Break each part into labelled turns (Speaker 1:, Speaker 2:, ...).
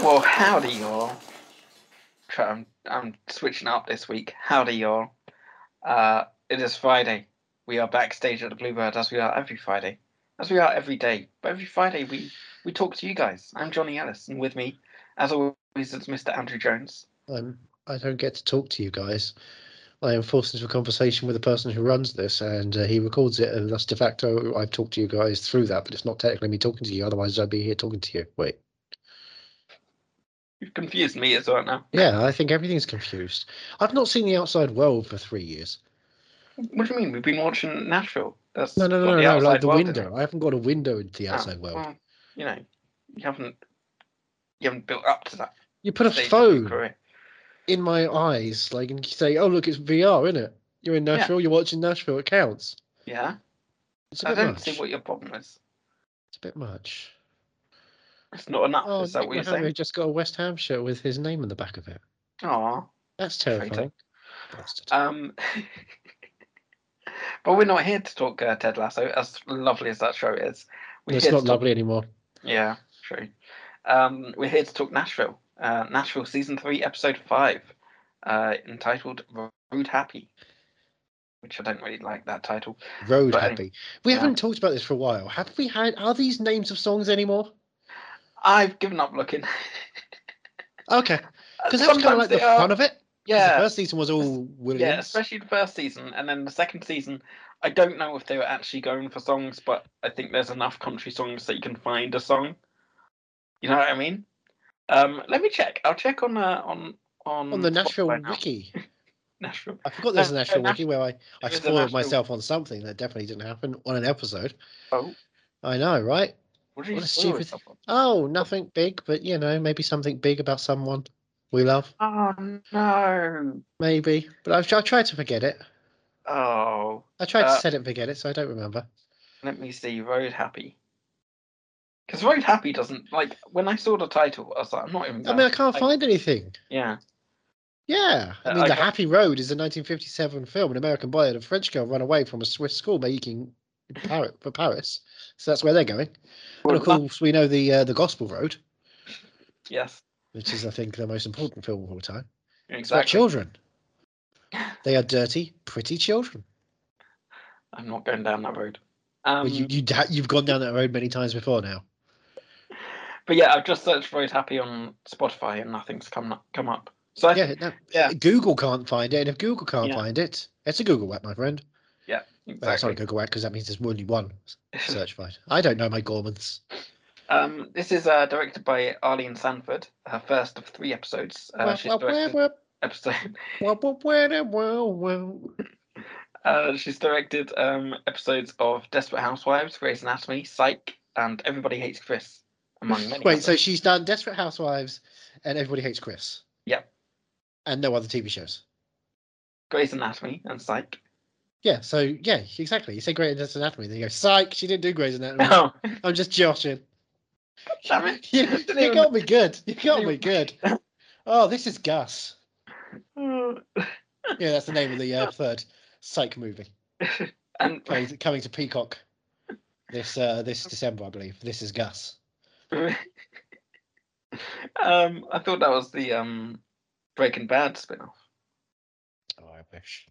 Speaker 1: Well, howdy y'all. Try- I'm I'm switching up this week. Howdy y'all. Uh, it is Friday. We are backstage at the Bluebird as we are every Friday, as we are every day. But every Friday we we talk to you guys. I'm Johnny Ellis, and with me, as always, it's Mr. Andrew Jones.
Speaker 2: I'm, I don't get to talk to you guys. I am forced into a conversation with the person who runs this, and uh, he records it, and thus de facto, I've talked to you guys through that, but it's not technically me talking to you. Otherwise, I'd be here talking to you. Wait,
Speaker 1: You've confused me as well now.
Speaker 2: yeah, I think everything's confused. I've not seen the outside world for three years.
Speaker 1: What do you mean? We've been watching Nashville. That's
Speaker 2: No, no,
Speaker 1: what
Speaker 2: no, no,
Speaker 1: the
Speaker 2: no,
Speaker 1: outside
Speaker 2: like the
Speaker 1: world is.
Speaker 2: window. I haven't got a window into the
Speaker 1: Ah,
Speaker 2: outside world.
Speaker 1: well, you know, you haven't you haven't built up to that.
Speaker 2: You put a
Speaker 1: stage of your
Speaker 2: phone
Speaker 1: career.
Speaker 2: in my eyes, like, and you say, "Oh, look, it's VR, isn't it? You're in
Speaker 1: Yeah.
Speaker 2: Nashville. You're watching Nashville. It counts."
Speaker 1: Yeah.
Speaker 2: It's a
Speaker 1: I
Speaker 2: bit
Speaker 1: don't
Speaker 2: much.
Speaker 1: see what your problem is.
Speaker 2: It's a bit much.
Speaker 1: It's not enough.
Speaker 2: Oh,
Speaker 1: is that what you're
Speaker 2: Nick Mohammed
Speaker 1: saying?
Speaker 2: just got a West Ham shirt with his name on the back of it.
Speaker 1: Aw.
Speaker 2: That's
Speaker 1: Traitor.
Speaker 2: terrifying. Bastard.
Speaker 1: Um, but we're not here to talk uh, Ted Lasso, as lovely as that show is. We're
Speaker 2: it's
Speaker 1: here to
Speaker 2: not
Speaker 1: talk-
Speaker 2: lovely anymore.
Speaker 1: Yeah, true. Um, we're here to talk Nashville. Uh, Nashville season three, episode five, uh, entitled Road Happy, which I don't really like that title.
Speaker 2: Road
Speaker 1: But anyway,
Speaker 2: happy. We
Speaker 1: yeah.
Speaker 2: haven't talked about this for a while. Have we had? Are these names of songs anymore?
Speaker 1: I've given up looking.
Speaker 2: Okay, because that was kind of like the
Speaker 1: Uh, Sometimes they are-
Speaker 2: fun of it. 'Cause
Speaker 1: Yeah.
Speaker 2: The first season was all Williams.
Speaker 1: Yeah, especially the first season, and then the second season. I don't know if they were actually going for songs, but I think there's enough country songs that you can find a song. You know what I mean? Um, let me check. I'll check on uh, on on
Speaker 2: on the
Speaker 1: Spotify
Speaker 2: Nashville
Speaker 1: now.
Speaker 2: Wiki.
Speaker 1: Nashville.
Speaker 2: I forgot there's a
Speaker 1: No,
Speaker 2: Nashville
Speaker 1: Nash-
Speaker 2: Wiki where I, I
Speaker 1: There's a
Speaker 2: spoiled
Speaker 1: Nashville-
Speaker 2: myself on something that definitely didn't happen on an episode.
Speaker 1: Oh,
Speaker 2: I know, right?
Speaker 1: what did you
Speaker 2: What a
Speaker 1: spoil
Speaker 2: stupid-
Speaker 1: yourself on?
Speaker 2: Oh, nothing big, but you know, maybe something big about someone we love.
Speaker 1: Oh no!
Speaker 2: Maybe, but I've, I've tried to forget it.
Speaker 1: Oh,
Speaker 2: I tried
Speaker 1: Uh,
Speaker 2: to set it and forget it, so I don't remember.
Speaker 1: let me see. Road Happy. Because Road Happy doesn't like when I saw the title, I was like, I'm not even.
Speaker 2: I mean, I
Speaker 1: gonna-
Speaker 2: can't
Speaker 1: I-
Speaker 2: find anything.
Speaker 1: Yeah,
Speaker 2: Yeah, I
Speaker 1: Uh,
Speaker 2: mean,
Speaker 1: I
Speaker 2: The
Speaker 1: got-
Speaker 2: Happy Road is a 1957 film. An American boy and a French girl run away from a Swiss school making Paris, for Paris. So that's where they're going. And of
Speaker 1: Well,
Speaker 2: course, we know the uh, the Gospel Road,
Speaker 1: yes,
Speaker 2: which is, I think, the most important film of all time. It's about
Speaker 1: exactly.
Speaker 2: children. They are dirty, pretty children.
Speaker 1: I'm not going down that road. Um,
Speaker 2: Well, you you da- you've gone down that road many times before now.
Speaker 1: But yeah, I've just searched Road Happy on Spotify and nothing's come up. Come up. So I,
Speaker 2: Yeah, no,
Speaker 1: yeah.
Speaker 2: Google can't find it, and if Google can't
Speaker 1: Yeah.
Speaker 2: find it, it's a Google whack, my friend. Well, it's not a
Speaker 1: exactly.
Speaker 2: Google whack because that means there's only one search find. I don't know my Gormans.
Speaker 1: um, this is uh, directed by Arlene Sanford, her first of three episodes. Uh, she's
Speaker 2: Wah, wah,
Speaker 1: directed
Speaker 2: wah,
Speaker 1: episode.
Speaker 2: wah, wah, wah, wah, wah, wah.
Speaker 1: Uh, she's directed um, episodes of Desperate Housewives, Grey's Anatomy, Psych, and Everybody Hates Chris, among many.
Speaker 2: Wait, so
Speaker 1: others.
Speaker 2: she's done Desperate Housewives and Everybody Hates Chris.
Speaker 1: Yep.
Speaker 2: And no other TV shows.
Speaker 1: Grey's Anatomy and Psych.
Speaker 2: Yeah, so yeah, exactly. You say Grey's Anatomy, then you go, psych, she didn't do Grey's Anatomy.
Speaker 1: Oh,
Speaker 2: I'm just joshing.
Speaker 1: damn it!
Speaker 2: You,
Speaker 1: Didn't
Speaker 2: you
Speaker 1: even-
Speaker 2: got me good. You got me good. Oh, this is Gus. Yeah, that's the name of the uh, third psych movie
Speaker 1: and
Speaker 2: coming to, coming to Peacock this uh, this December, I believe. This is Gus.
Speaker 1: um, I thought that was the um, Breaking Bad spin-off.
Speaker 2: Oh, I wish.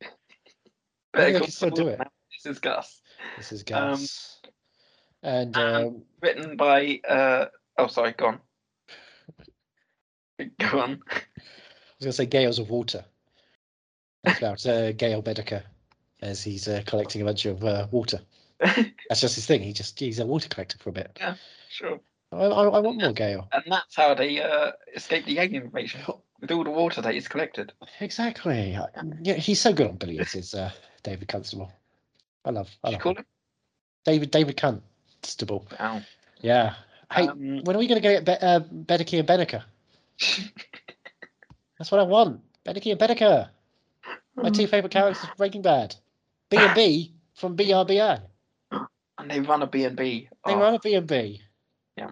Speaker 1: Better
Speaker 2: think they
Speaker 1: Call
Speaker 2: can still
Speaker 1: Saul
Speaker 2: do it.
Speaker 1: now. This is Gus,
Speaker 2: This is
Speaker 1: Um,
Speaker 2: Gus. and
Speaker 1: um,
Speaker 2: um,
Speaker 1: written by. Uh, oh, sorry, go on. Go on.
Speaker 2: I was going to say Gales of Water. It's about uh, Gail Bedecker as he's uh, collecting a bunch of uh, water. That's just his thing. He just he's a water collector for a bit.
Speaker 1: Sure.
Speaker 2: I, I, I want more Gail.
Speaker 1: And that's how they uh, escape the alien invasion with all the water that is collected.
Speaker 2: Exactly. I- Yeah, he's so good on billiards. Is uh, David Constable? I love. I
Speaker 1: Did you
Speaker 2: love
Speaker 1: call
Speaker 2: him.
Speaker 1: it?
Speaker 2: David David Constable.
Speaker 1: Wow.
Speaker 2: Yeah. Hey,
Speaker 1: Um,
Speaker 2: when are we going to get Be- uh, Bedecky and Bedecker? That's what I want. Bedecky and Bedecker. My two favourite characters from Breaking Bad. B and B from BRBA.
Speaker 1: and they run a B&B.
Speaker 2: They
Speaker 1: Oh,
Speaker 2: were on a B and B.
Speaker 1: Yeah.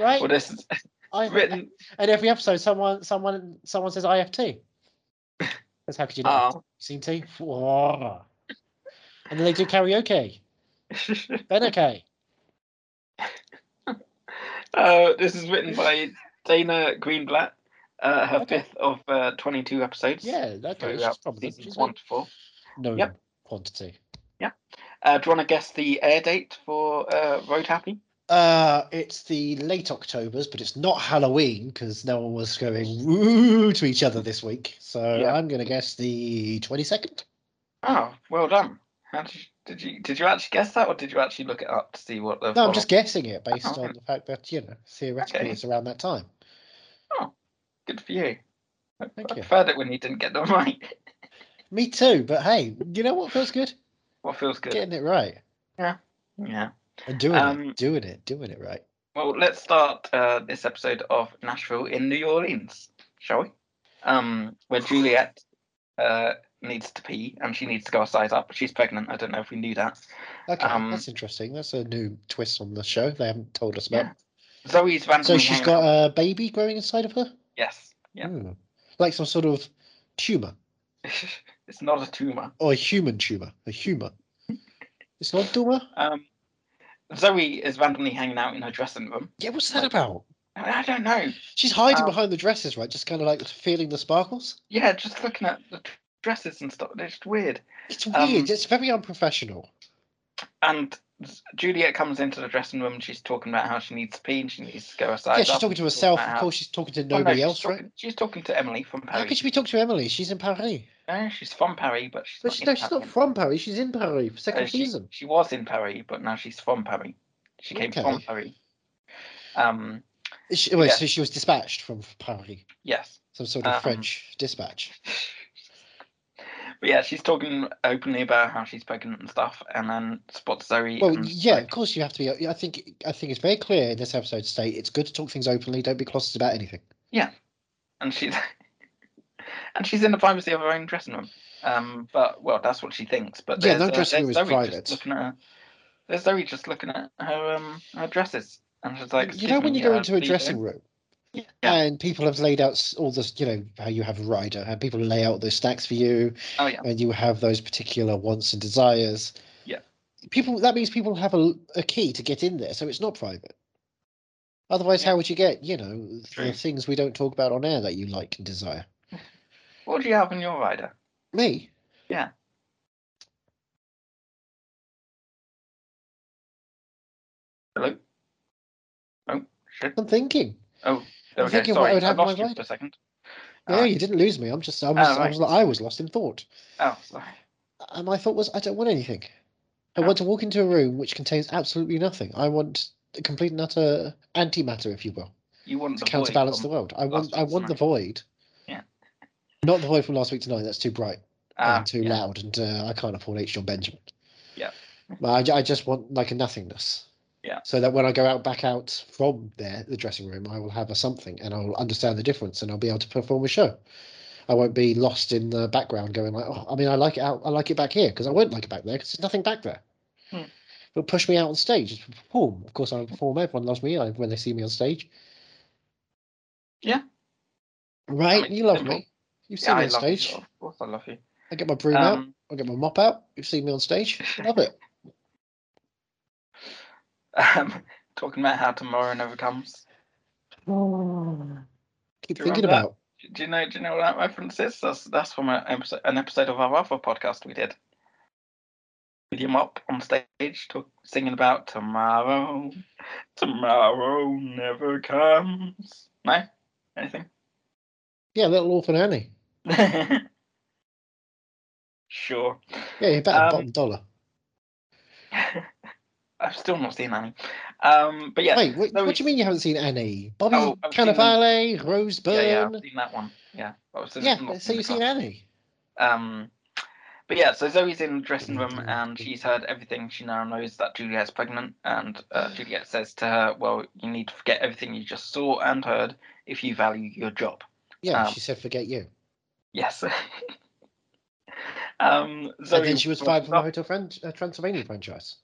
Speaker 2: Right.
Speaker 1: Well, this is
Speaker 2: I,
Speaker 1: written.
Speaker 2: and every episode, someone, someone, someone says IFT. That's how could you not?
Speaker 1: Oh.
Speaker 2: You seen tea? Whoa. And then they do karaoke. Bedecker.
Speaker 1: uh, this is written by Dana Greenblatt, uh, her fifth of uh, 22 episodes.
Speaker 2: Yeah, that
Speaker 1: So,
Speaker 2: goes.
Speaker 1: uh,
Speaker 2: She's probably
Speaker 1: seasons
Speaker 2: she's
Speaker 1: one
Speaker 2: one.
Speaker 1: to four.
Speaker 2: known
Speaker 1: Yep.
Speaker 2: quantity.
Speaker 1: Uh, do you want to guess the air date for uh, Road Happy?
Speaker 2: Uh, it's the late Octobers, but it's not Halloween because no one was going woo to each other this week. So
Speaker 1: Yeah.
Speaker 2: I'm going to guess the 22nd.
Speaker 1: Oh, well done. How did you, did you did you actually guess that, or did you actually look it up to see what the?
Speaker 2: No, I'm
Speaker 1: follow-
Speaker 2: just guessing it based
Speaker 1: Oh.
Speaker 2: on the fact that, you know, theoretically
Speaker 1: Okay.
Speaker 2: it's around that time.
Speaker 1: good for you. I,
Speaker 2: Thank
Speaker 1: I
Speaker 2: you.
Speaker 1: preferred it when you didn't get them right.
Speaker 2: Me too, but hey, you know what feels good?
Speaker 1: What feels good?
Speaker 2: Getting it right.
Speaker 1: Yeah.
Speaker 2: And doing
Speaker 1: Um,
Speaker 2: it, doing it, doing it right.
Speaker 1: Well, let's start uh, this episode of Nashville in New Orleans, shall we? Um, where Juliet uh, needs to pee and she needs to go a size up. She's pregnant. I don't know if we knew that.
Speaker 2: Okay,
Speaker 1: um,
Speaker 2: that's interesting. That's a new twist on the show they haven't told us about.
Speaker 1: Zoe's randomly.
Speaker 2: So she's
Speaker 1: hanging
Speaker 2: got
Speaker 1: out-
Speaker 2: a baby growing inside of her?
Speaker 1: Yes. Yeah.
Speaker 2: Hmm. Like some sort of tumor. Hmm?
Speaker 1: it's not a tumor.
Speaker 2: or Oh, a human tumor, a humor. It's not tumor.
Speaker 1: Um, Zoe is randomly hanging out in her dressing room.
Speaker 2: Yeah, what's that about?
Speaker 1: I I don't know.
Speaker 2: She's hiding
Speaker 1: Um,
Speaker 2: behind the dresses, right? Just kind of like feeling the sparkles.
Speaker 1: Yeah, just looking at the dresses and stuff. It's just weird.
Speaker 2: It's
Speaker 1: um,
Speaker 2: weird. it's very unprofessional.
Speaker 1: And Juliet comes into the dressing room. She's talking about how she needs to pee and she needs to go a size
Speaker 2: Yeah,
Speaker 1: up.
Speaker 2: she's talking to
Speaker 1: and
Speaker 2: herself.
Speaker 1: about
Speaker 2: Of
Speaker 1: how-
Speaker 2: course, she's talking to
Speaker 1: Well, no,
Speaker 2: nobody
Speaker 1: she's
Speaker 2: else,
Speaker 1: talking,
Speaker 2: right?
Speaker 1: She's talking to Emily from
Speaker 2: How
Speaker 1: Paris.
Speaker 2: could she be talking to Emily? She's in Paris.
Speaker 1: No, she's from Paris, but she's
Speaker 2: But
Speaker 1: not.
Speaker 2: she,
Speaker 1: in
Speaker 2: no, she's not
Speaker 1: Paris.
Speaker 2: from Paris. She's in Paris for second
Speaker 1: Uh, she,
Speaker 2: season.
Speaker 1: she was in Paris, but now she's from Paris. She came from
Speaker 2: Okay.
Speaker 1: Paris. Um,
Speaker 2: Is She, wait,
Speaker 1: yeah.
Speaker 2: So she was dispatched from Paris,
Speaker 1: yes,
Speaker 2: some sort of
Speaker 1: Um,
Speaker 2: French dispatch.
Speaker 1: but yeah, she's talking openly about how she's pregnant and stuff, and then spots Zoe.
Speaker 2: Well,
Speaker 1: and,
Speaker 2: yeah, of
Speaker 1: like,
Speaker 2: course you have to be. I think I think it's very clear in this episode to say it's good to talk things openly. Don't be closeted about anything.
Speaker 1: and she's and she's in the privacy of her own dressing room. Um, but well, that's what she thinks. But
Speaker 2: Yeah,
Speaker 1: there's,
Speaker 2: no
Speaker 1: uh,
Speaker 2: dressing room
Speaker 1: there's
Speaker 2: is
Speaker 1: Zoe just
Speaker 2: private.
Speaker 1: Looking at her, there's Zoe just looking at her um her dresses, and she's like,
Speaker 2: you know
Speaker 1: "Excuse
Speaker 2: when
Speaker 1: me,
Speaker 2: you go
Speaker 1: uh,
Speaker 2: into a
Speaker 1: please
Speaker 2: dressing
Speaker 1: don't."
Speaker 2: room
Speaker 1: Yeah.
Speaker 2: and people have laid out s- all this, you know, how you have a rider and people lay out those stacks for you
Speaker 1: Oh yeah.
Speaker 2: and you have those particular wants and desires.
Speaker 1: Yeah.
Speaker 2: People that means people have a, a key to get in there, so it's not private. Otherwise,
Speaker 1: Yeah.
Speaker 2: how would you get, you know,
Speaker 1: True.
Speaker 2: the things we don't talk about on air that you like and desire?
Speaker 1: What do you have on your rider?
Speaker 2: Me?
Speaker 1: Yeah. Hello? Oh, shit.
Speaker 2: I'm thinking.
Speaker 1: Oh,
Speaker 2: I'm
Speaker 1: okay,
Speaker 2: thinking what
Speaker 1: sorry.
Speaker 2: I would have
Speaker 1: I
Speaker 2: on
Speaker 1: lost
Speaker 2: my
Speaker 1: you
Speaker 2: rider.
Speaker 1: for a second. Ah,
Speaker 2: Yeah,
Speaker 1: Alright.
Speaker 2: you didn't lose me. I'm just, I was,
Speaker 1: Oh,
Speaker 2: I, was I was lost in thought.
Speaker 1: Oh, sorry.
Speaker 2: And my thought was, I don't want anything. I
Speaker 1: Oh.
Speaker 2: want to walk into a room which contains absolutely nothing. I want a complete and utter antimatter, if you will,
Speaker 1: You want
Speaker 2: to
Speaker 1: the
Speaker 2: counterbalance the
Speaker 1: void.
Speaker 2: world. I want, I
Speaker 1: week's
Speaker 2: want the
Speaker 1: night.
Speaker 2: void.
Speaker 1: Yeah.
Speaker 2: Not the void from last week to tonight. That's too bright
Speaker 1: Ah,
Speaker 2: and too
Speaker 1: yeah.
Speaker 2: loud, and uh, I can't afford H. John Benjamin.
Speaker 1: Yeah.
Speaker 2: But I, ju- I just want like a nothingness.
Speaker 1: Yeah.
Speaker 2: So that when I go out back out from there, the dressing room, I will have a something, and I'll understand the difference, and I'll be able to perform a show. I won't be lost in the background, going like, oh, I mean, I like it out, I like it back here because I won't like it back there because there's nothing back there.
Speaker 1: Hmm.
Speaker 2: It'll push me out on stage to perform. Of course, I perform. Everyone loves me I- when they see me on stage.
Speaker 1: Yeah.
Speaker 2: Right,
Speaker 1: mean,
Speaker 2: you love
Speaker 1: simple.
Speaker 2: me. You've
Speaker 1: Yeah,
Speaker 2: seen me
Speaker 1: I
Speaker 2: on
Speaker 1: love you.
Speaker 2: stage.
Speaker 1: Of course, I love you.
Speaker 2: I get my broom out.
Speaker 1: Um,
Speaker 2: I get my mop out. You've seen me on stage. Love it.
Speaker 1: um, talking about how tomorrow never comes.
Speaker 2: Keep
Speaker 1: Do you
Speaker 2: thinking
Speaker 1: remember that?
Speaker 2: about.
Speaker 1: Do you know? Do you know what that reference is? That's that's from an episode, an episode of our other podcast we did. With your mop on stage, talk, singing about tomorrow, tomorrow never comes. No, anything?
Speaker 2: Yeah, little orphan Annie.
Speaker 1: sure.
Speaker 2: Yeah, you bet a
Speaker 1: Um,
Speaker 2: bottom dollar.
Speaker 1: I've still not seen any. Um, but yeah,
Speaker 2: Wait, what,
Speaker 1: no,
Speaker 2: what
Speaker 1: we-
Speaker 2: do you mean you haven't seen Annie? Bobby
Speaker 1: Oh, I've seen them.
Speaker 2: Cannavale, Rose
Speaker 1: yeah, yeah,
Speaker 2: Byrne.
Speaker 1: I've seen that one. Yeah, I was
Speaker 2: Yeah,
Speaker 1: not
Speaker 2: so
Speaker 1: in the
Speaker 2: you've seen
Speaker 1: class.
Speaker 2: Annie.
Speaker 1: Um, but yeah, so Zoe's in the dressing room
Speaker 2: Mm-hmm.
Speaker 1: and she's heard everything. She now knows that Juliet's pregnant, and uh,
Speaker 2: Mm-hmm.
Speaker 1: Juliet says to her, "Well, you need to forget everything you just saw and heard if you value your job."
Speaker 2: Yeah,
Speaker 1: Um,
Speaker 2: she said, "Forget you."
Speaker 1: Yes. um, Zoe.
Speaker 2: and then she was
Speaker 1: walks
Speaker 2: fired from the
Speaker 1: up-
Speaker 2: Hotel Fran- uh, Transylvania franchise.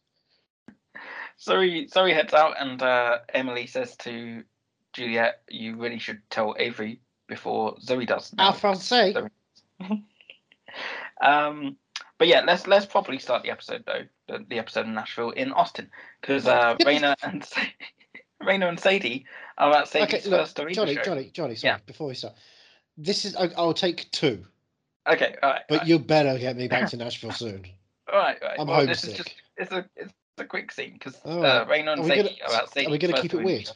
Speaker 1: Zoe. Zoe heads out, and uh, Emily says to Juliet, "You really should tell Avery before Zoe does."
Speaker 2: Our Francais.
Speaker 1: Sorry. Um, but yeah, let's let's probably start the episode though, the, the episode in Nashville in Austin, because uh, Raina and Reno and Sadie are about Sadie's
Speaker 2: okay, look,
Speaker 1: first Dorito
Speaker 2: Johnny,
Speaker 1: show.
Speaker 2: Johnny, Johnny. Sorry,
Speaker 1: Yeah.
Speaker 2: before we start, this is I, I'll take two,
Speaker 1: Okay, all right,
Speaker 2: but
Speaker 1: all
Speaker 2: you better get me back to Nashville soon.
Speaker 1: right, all right, all right.
Speaker 2: I'm
Speaker 1: Well, This is
Speaker 2: homesick.
Speaker 1: just it's a it's a quick scene because
Speaker 2: All
Speaker 1: uh,
Speaker 2: right.
Speaker 1: Reno
Speaker 2: Are
Speaker 1: and
Speaker 2: we gonna,
Speaker 1: Sadie are about Sadie's
Speaker 2: are we gonna
Speaker 1: first
Speaker 2: keep it
Speaker 1: Dorito
Speaker 2: weird?
Speaker 1: show.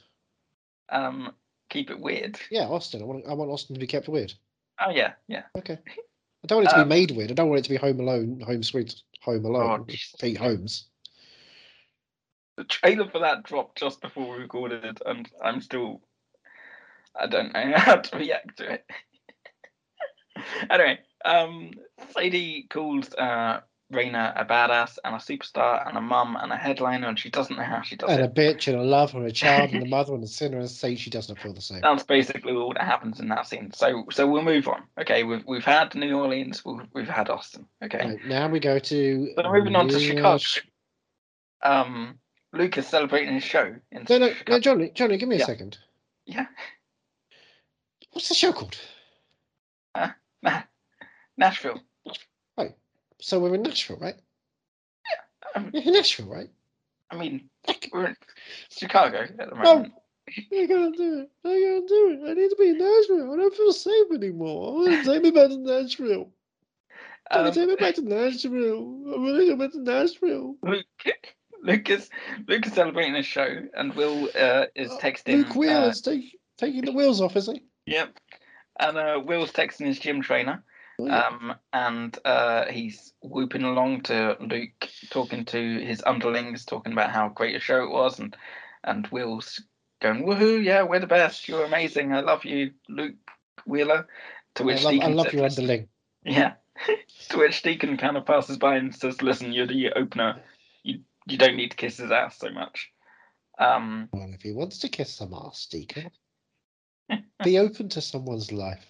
Speaker 1: Um, keep it weird.
Speaker 2: Yeah, Austin. I want I want Austin to be kept weird.
Speaker 1: Oh yeah, yeah.
Speaker 2: Okay. I don't want it to
Speaker 1: Um,
Speaker 2: be made weird. I don't want it to be Home Alone, Home Sweet Home
Speaker 1: Oh,
Speaker 2: Alone.
Speaker 1: Jesus.
Speaker 2: Pete Holmes.
Speaker 1: the trailer for that dropped just before we recorded, and I'm still. I don't know how to react to it. anyway, um, Sadie calls uh, Raina a badass and a superstar and a mum and a headliner, and she doesn't know how she does
Speaker 2: And a
Speaker 1: it.
Speaker 2: bitch and a lover and a child and a mother and a sinner and a saint. She does not feel the same.
Speaker 1: That's basically all that happens in that scene. So, so we'll move on. Okay, we've we've had New Orleans, we've, we've had Austin. Okay,
Speaker 2: Right, now we go to.
Speaker 1: so moving on to
Speaker 2: New
Speaker 1: Chicago.
Speaker 2: Year's-
Speaker 1: Um, Luke is celebrating his show in
Speaker 2: No, no,
Speaker 1: Chicago.
Speaker 2: no, Johnny, Johnny, give me a
Speaker 1: Yeah.
Speaker 2: second.
Speaker 1: Yeah.
Speaker 2: What's the show called?
Speaker 1: Nashville.
Speaker 2: So we're in Nashville, right?
Speaker 1: Um,
Speaker 2: We're in Nashville, right?
Speaker 1: I mean, we're in Chicago at the
Speaker 2: No.
Speaker 1: moment.
Speaker 2: I can't do it. I can't do it. I need to be in Nashville. I don't feel safe anymore. I want to take me back to Nashville. Johnny,
Speaker 1: Um,
Speaker 2: take me back to Nashville. I want to go back to Nashville.
Speaker 1: Luke, Luke is Luke is celebrating his show, and Will uh, is
Speaker 2: Uh,
Speaker 1: texting.
Speaker 2: Luke Wheel
Speaker 1: uh,
Speaker 2: is take, taking the wheels off, is he?
Speaker 1: yep. And uh, Will's texting his gym trainer,
Speaker 2: Oh, yeah.
Speaker 1: um, and uh, he's whooping along to Luke, talking to his underlings, talking about how great a show it was, and and Will's going, "Woohoo! Yeah, we're the best. You're amazing. I love you, Luke Wheeler." To
Speaker 2: I
Speaker 1: which
Speaker 2: love, I
Speaker 1: Deacon
Speaker 2: love
Speaker 1: said,
Speaker 2: your
Speaker 1: "Listen,
Speaker 2: underling.
Speaker 1: Yeah. to which Deacon kind of passes by and says, "Listen, you're the opener. You you don't need to kiss his ass so much." Um,
Speaker 2: Well, if he wants to kiss some ass, Deacon, be open to someone's life.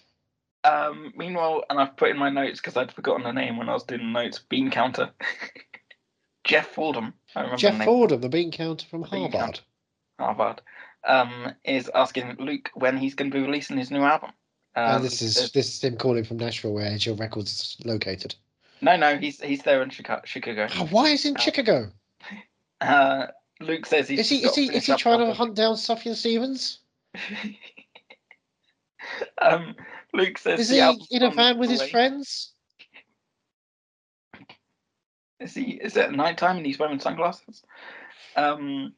Speaker 1: um, meanwhile, and I've put in my notes because I'd forgotten the name when I was doing the notes. Bean counter. Jeff Fordham. I remember the
Speaker 2: Jeff
Speaker 1: name.
Speaker 2: Fordham, the bean counter from
Speaker 1: Bean
Speaker 2: Harvard.
Speaker 1: Harvard. Um, is asking Luke when he's going to be releasing his new album. Uh,
Speaker 2: and Oh, this is
Speaker 1: uh,
Speaker 2: this is him calling from Nashville, where Edge Hill Records is located.
Speaker 1: no, no, he's he's there in Chica- Chicago.
Speaker 2: Ah, why is he in
Speaker 1: Uh,
Speaker 2: Chicago?
Speaker 1: Uh, Luke says he's
Speaker 2: Is he
Speaker 1: got
Speaker 2: is he
Speaker 1: finish
Speaker 2: is he
Speaker 1: up
Speaker 2: trying
Speaker 1: the
Speaker 2: to
Speaker 1: album.
Speaker 2: hunt down Sufjan Stevens?
Speaker 1: um, Luke says
Speaker 2: Is
Speaker 1: the
Speaker 2: he
Speaker 1: album's
Speaker 2: in a
Speaker 1: on
Speaker 2: van with
Speaker 1: the
Speaker 2: his
Speaker 1: way.
Speaker 2: friends?
Speaker 1: Is he? Is it at night time and he's wearing sunglasses? Um,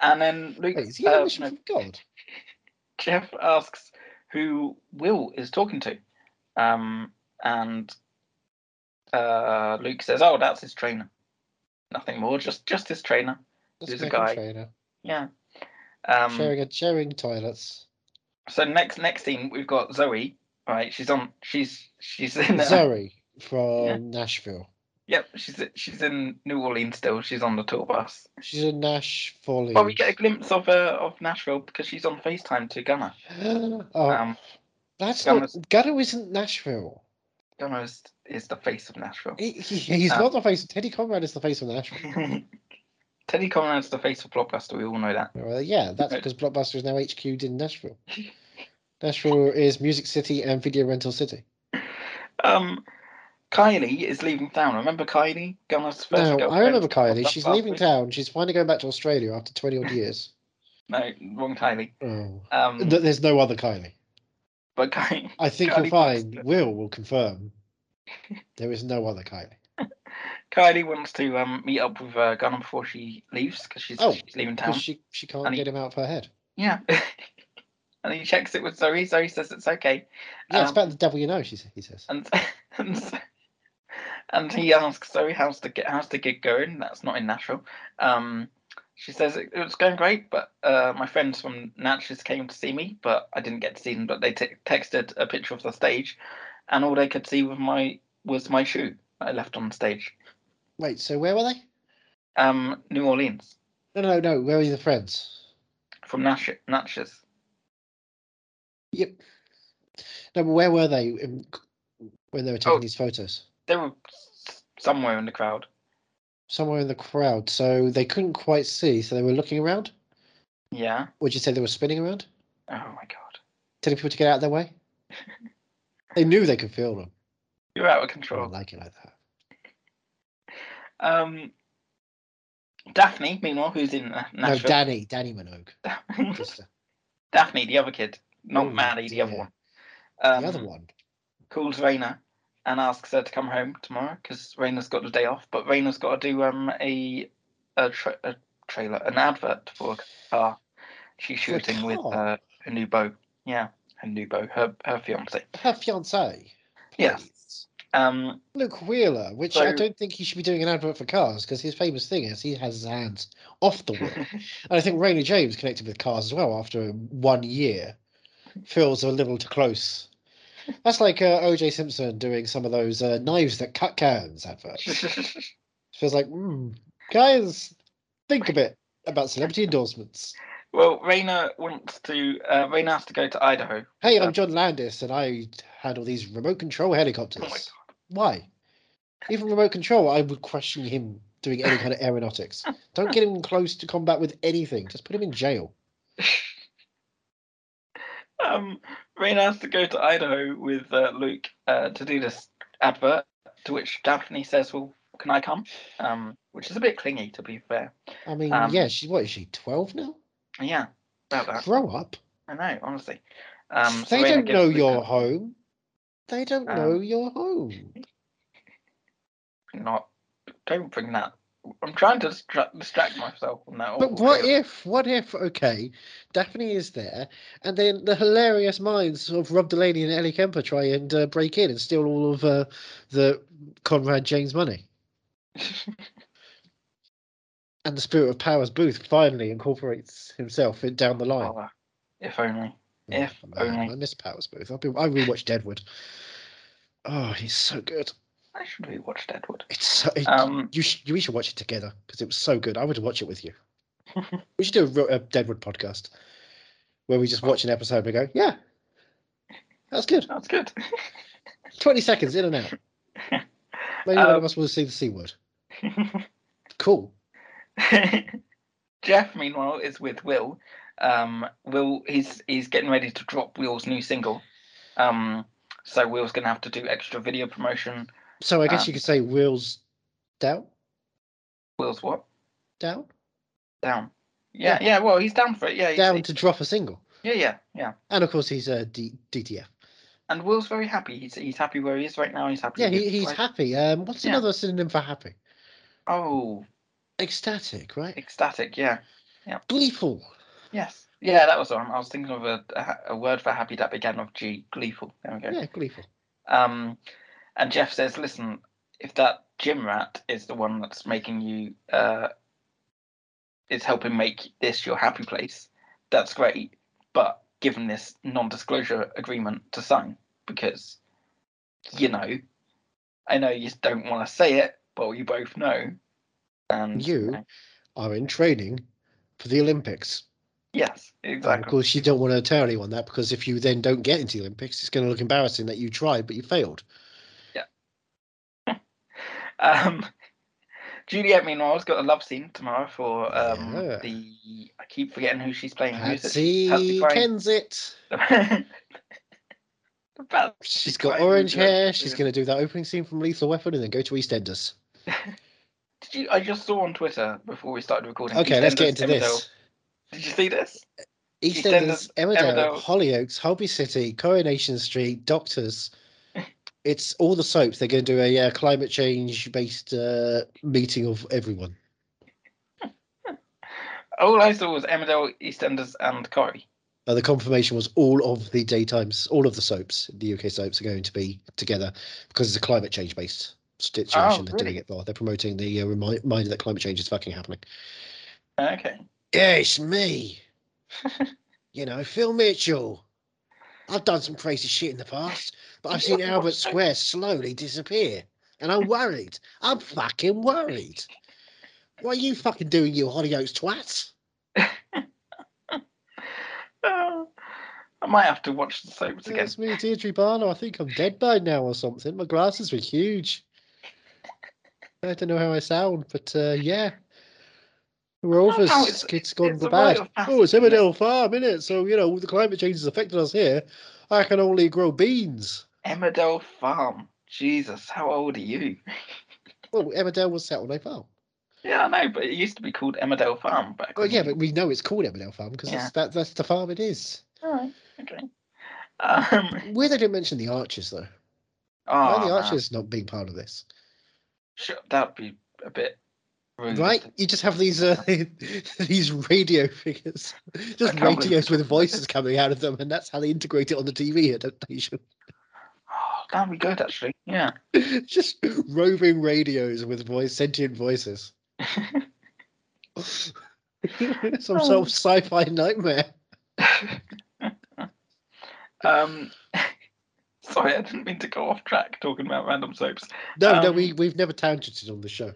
Speaker 1: and then Luke,
Speaker 2: Wait, is he on
Speaker 1: uh,
Speaker 2: a mission
Speaker 1: no,
Speaker 2: from God?
Speaker 1: Jeff asks who Will is talking to, um, and uh, Luke says, "Oh, that's his trainer. Nothing more. Just just his trainer.
Speaker 2: That's
Speaker 1: He's a
Speaker 2: Megan
Speaker 1: guy.
Speaker 2: Trainor.
Speaker 1: Yeah." Um,
Speaker 2: sharing a, sharing toilets.
Speaker 1: So next next scene we've got Zoe. Right, she's on. She's she's in. uh,
Speaker 2: Zoe from Nashville.
Speaker 1: Yep, she's she's in New Orleans still. She's on the tour bus.
Speaker 2: She's a Nashville.
Speaker 1: Well, we get a glimpse of uh, of Nashville because she's on Facetime to Gunner.
Speaker 2: oh,
Speaker 1: Um,
Speaker 2: that's not
Speaker 1: Gunner's-
Speaker 2: Gunner isn't Nashville.
Speaker 1: Gunner is, is the face of Nashville.
Speaker 2: He, he, he's
Speaker 1: Um,
Speaker 2: not the face. Teddy Conrad is the face of Nashville.
Speaker 1: Teddy Conrad's the face of Blockbuster. We all know that.
Speaker 2: Well, yeah, that's
Speaker 1: Right.
Speaker 2: because Blockbuster is now HQ'd in Nashville. Nashville is Music City and Video Rental City.
Speaker 1: Um, Kylie is leaving town. Remember Kylie, Gunner's first
Speaker 2: Now, I
Speaker 1: girlfriend?
Speaker 2: remember Kylie.
Speaker 1: Blockbuster
Speaker 2: She's
Speaker 1: last
Speaker 2: leaving
Speaker 1: week.
Speaker 2: town. She's finally going back to Australia after 20 odd years.
Speaker 1: No, wrong Kylie.
Speaker 2: Oh.
Speaker 1: Um,
Speaker 2: Th- There's no other Kylie.
Speaker 1: but Kylie.
Speaker 2: I think
Speaker 1: Kylie
Speaker 2: you'll find,
Speaker 1: Braxton.
Speaker 2: Will will confirm, there is no other Kylie.
Speaker 1: Kylie wants to um, meet up with uh, Gunner before she leaves because she's,
Speaker 2: Oh,
Speaker 1: she's leaving town.
Speaker 2: Because she, she can't
Speaker 1: And he-
Speaker 2: get him out of her head.
Speaker 1: Yeah. and he checks it with Zoe. Zoe says it's okay.
Speaker 2: Yeah, it's
Speaker 1: Um, uh
Speaker 2: about the devil you know, she, sa- he says.
Speaker 1: And and, so- and he asks Zoe how's the gi- how's the gig going? That's not in Nashville. Um, she says it, it's going great, but uh, my friends from Natchez came to see me, but I didn't get to see them. But they te- texted a picture of the stage, and all they could see was my was my shoe that I left on stage.
Speaker 2: Wait, so where were they?
Speaker 1: Um, New Orleans
Speaker 2: No, no, no. Where are the friends?
Speaker 1: from Nash- Natchez.
Speaker 2: Yep. No, but where were they in, when they were taking
Speaker 1: Oh.
Speaker 2: these photos?
Speaker 1: They were s- somewhere in the crowd.
Speaker 2: somewhere in the crowd, so they couldn't quite see, so they were looking around.
Speaker 1: Yeah.
Speaker 2: Would you say they were spinning around,
Speaker 1: Oh my god.
Speaker 2: telling people to get out of their way? they knew they could feel them.
Speaker 1: You're out of
Speaker 2: I
Speaker 1: control.
Speaker 2: don't like it like that.
Speaker 1: Um, Daphne, meanwhile, who's in uh,
Speaker 2: No,
Speaker 1: Nashville.
Speaker 2: Danny, Danny Minogue. Just, uh,
Speaker 1: Daphne, the other kid, not
Speaker 2: Oh,
Speaker 1: Maddie, the other
Speaker 2: dear.
Speaker 1: one.
Speaker 2: the
Speaker 1: Um,
Speaker 2: other one.
Speaker 1: calls Raina and asks her to come home tomorrow because Raina's got the day off, but Raina's got to do um a a, tra- a trailer, an advert for a car she's
Speaker 2: For a
Speaker 1: shooting with
Speaker 2: car?
Speaker 1: uh, her new beau. Yeah, her new beau, her her fiance.
Speaker 2: Her fiance.
Speaker 1: Yeah.
Speaker 2: please.
Speaker 1: Um,
Speaker 2: Luke Wheeler, which I
Speaker 1: So-
Speaker 2: don't think he should be doing an advert for cars because his famous thing is he has his hands off the wheel. and I think Raina James connected with cars as well after one year feels a little too close. That's like uh, OJ Simpson doing some of those uh, knives that cut cans adverts. feels like, hmm, guys, think a bit about celebrity endorsements.
Speaker 1: well, Raina wants to. Uh, Raina has to go to Idaho.
Speaker 2: Hey,
Speaker 1: Um,
Speaker 2: I'm John Landis and I handle these remote control helicopters.
Speaker 1: Oh my God.
Speaker 2: Why? Even remote control, I would question him doing any kind of aeronautics. Don't get him close to combat with anything. Just put him in jail.
Speaker 1: um, Rain has to go to Idaho with uh, Luke uh, to do this advert, to which Daphne says, "Well, can I come?" Um, which is a bit clingy, to be fair.
Speaker 2: I mean,
Speaker 1: Um,
Speaker 2: yeah, she's what is she, twelve now?
Speaker 1: Yeah, about that.
Speaker 2: Grow up.
Speaker 1: I know, honestly. Um, so
Speaker 2: they
Speaker 1: Raina
Speaker 2: don't
Speaker 1: gives
Speaker 2: know
Speaker 1: Luke
Speaker 2: your
Speaker 1: a-
Speaker 2: home. They don't
Speaker 1: Um,
Speaker 2: know your home.
Speaker 1: Not. Don't bring that. I'm trying to distra- distract myself from that.
Speaker 2: But
Speaker 1: awful
Speaker 2: what
Speaker 1: trailer.
Speaker 2: if, what if, okay, Daphne is there, and then the hilarious minds of Rob Delaney and Ellie Kemper try and uh, break in and steal all of uh, the Conrad James money. and the spirit of Powers Booth finally incorporates himself in, down the line.
Speaker 1: Oh, if only. if
Speaker 2: Oh, man,
Speaker 1: only.
Speaker 2: I miss Powers Booth. I've been, I rewatched Deadwood. Oh, he's so good.
Speaker 1: I should rewatch Deadwood.
Speaker 2: It's so, it-
Speaker 1: Um,
Speaker 2: you should we should watch it together because it was so good. I would watch it with you. we should do a, ro- a Deadwood podcast where we just watch an episode and we go, yeah, that's good.
Speaker 1: that's good.
Speaker 2: Twenty seconds in and out. Maybe one of
Speaker 1: Um,
Speaker 2: us will see the C word. Cool.
Speaker 1: Jeff, meanwhile, is with Will. Um, Will, he's he's getting ready to drop Will's new single. Um, so Will's gonna have to do extra video promotion.
Speaker 2: So I guess
Speaker 1: Um,
Speaker 2: you could say Will's down,
Speaker 1: Will's what?
Speaker 2: down,
Speaker 1: Down. Yeah, yeah. well, he's down for it. Yeah, he's-
Speaker 2: down to drop a single,
Speaker 1: yeah, yeah, yeah.
Speaker 2: and of course he's a D- DTF.
Speaker 1: And Will's very happy. He's he's happy where he is right now. He's happy.
Speaker 2: Yeah,
Speaker 1: with-
Speaker 2: he, he's
Speaker 1: right-
Speaker 2: happy. Um, what's
Speaker 1: Yeah.
Speaker 2: another synonym for happy?
Speaker 1: Oh,
Speaker 2: Ecstatic, right?
Speaker 1: ecstatic. Yeah.
Speaker 2: Gleeful.
Speaker 1: Yes. Yeah, that was one. I was thinking of a, a ha- a word for happy that began with G. Gleeful. There we go.
Speaker 2: Yeah, gleeful.
Speaker 1: Um, and Jeff says, "Listen, if that gym rat is the one that's making you, uh, is helping make this your happy place, that's great. But given this non-disclosure agreement to sign, because you know, I know you don't want to say it, but you both know, and
Speaker 2: You?
Speaker 1: know,
Speaker 2: Are in training for the Olympics.
Speaker 1: yes,
Speaker 2: And Of
Speaker 1: exactly,
Speaker 2: course, you don't want to tell anyone that because if you then don't get into the Olympics, it's going to look embarrassing that you tried but you failed.
Speaker 1: Um, Juliet, meanwhile, has got a love scene tomorrow for um,
Speaker 2: Yeah.
Speaker 1: the. I keep forgetting who she's playing. Who's it?
Speaker 2: Patsy
Speaker 1: Cline.
Speaker 2: kens it.
Speaker 1: About-
Speaker 2: She's
Speaker 1: Patsy
Speaker 2: got
Speaker 1: Cline
Speaker 2: orange
Speaker 1: is, uh,
Speaker 2: hair. She's
Speaker 1: is-
Speaker 2: going to do that opening scene from Lethal Weapon and then go to EastEnders.
Speaker 1: Did you, I just saw on Twitter before we started recording.
Speaker 2: Okay, let's get
Speaker 1: EastEnders,
Speaker 2: into
Speaker 1: Emmerdale.
Speaker 2: this.
Speaker 1: Did you see this?
Speaker 2: EastEnders, Emmerdale,
Speaker 1: Emmerdale.
Speaker 2: Hollyoaks, Holby City, Coronation Street, Doctors. It's all the soaps. They're going to do a uh, climate change based uh, meeting of everyone.
Speaker 1: All I saw was Emmerdale, EastEnders, and Corey.
Speaker 2: Uh, the confirmation was all of the daytimes, all of the soaps, the UK soaps, are going to be together because it's a climate change based situation. they're doing
Speaker 1: really?
Speaker 2: it for. They're promoting the uh, remi- reminder that climate change is fucking happening.
Speaker 1: Okay.
Speaker 2: Yeah, it's me. you know, Phil Mitchell. I've done some crazy shit in the past, but I've seen Albert Square slowly disappear. And I'm worried. I'm fucking worried. What are you fucking doing, you Hollyoaks twat?
Speaker 1: Uh, I might have to watch the soaps again.
Speaker 2: That's me, Deirdre Barlow. I think I'm dead by now or something. My glasses were huge. I don't know how I sound, but uh, yeah. We're
Speaker 1: love
Speaker 2: over.
Speaker 1: how
Speaker 2: It's,
Speaker 1: it's-
Speaker 2: it's gone
Speaker 1: it's
Speaker 2: to
Speaker 1: a rite
Speaker 2: bad.
Speaker 1: of passage,
Speaker 2: Oh, it's
Speaker 1: isn't it?
Speaker 2: Emmerdale Farm, innit? So, you know, the climate change has affected us here. I can only grow beans.
Speaker 1: Emmerdale Farm. Jesus, how old are you?
Speaker 2: Well, Emmerdale was set on a farm.
Speaker 1: Yeah, I know, but it used to be called Emmerdale Farm back.
Speaker 2: Well,
Speaker 1: when
Speaker 2: yeah,
Speaker 1: we-
Speaker 2: but we know it's called Emmerdale Farm because
Speaker 1: Yeah.
Speaker 2: that's that, that's the farm it is.
Speaker 1: All right, okay. Um,
Speaker 2: Weird they didn't mention the Archers though. Why are
Speaker 1: oh,
Speaker 2: the
Speaker 1: man.
Speaker 2: Archers not being part of this?
Speaker 1: Sure, that'd be a bit rude.
Speaker 2: Right? You just have these uh, these radio figures, just
Speaker 1: can't believe-
Speaker 2: radios with voices coming out of them, and that's how they integrate it on the TV adaptation.
Speaker 1: Oh, that'd be good, actually. Yeah.
Speaker 2: just roving radios with voice sentient voices. Some sort of sci-fi nightmare.
Speaker 1: um, sorry, I didn't mean to go off track talking about random soaps.
Speaker 2: No, no,
Speaker 1: Um,
Speaker 2: we we've never tangented on the show.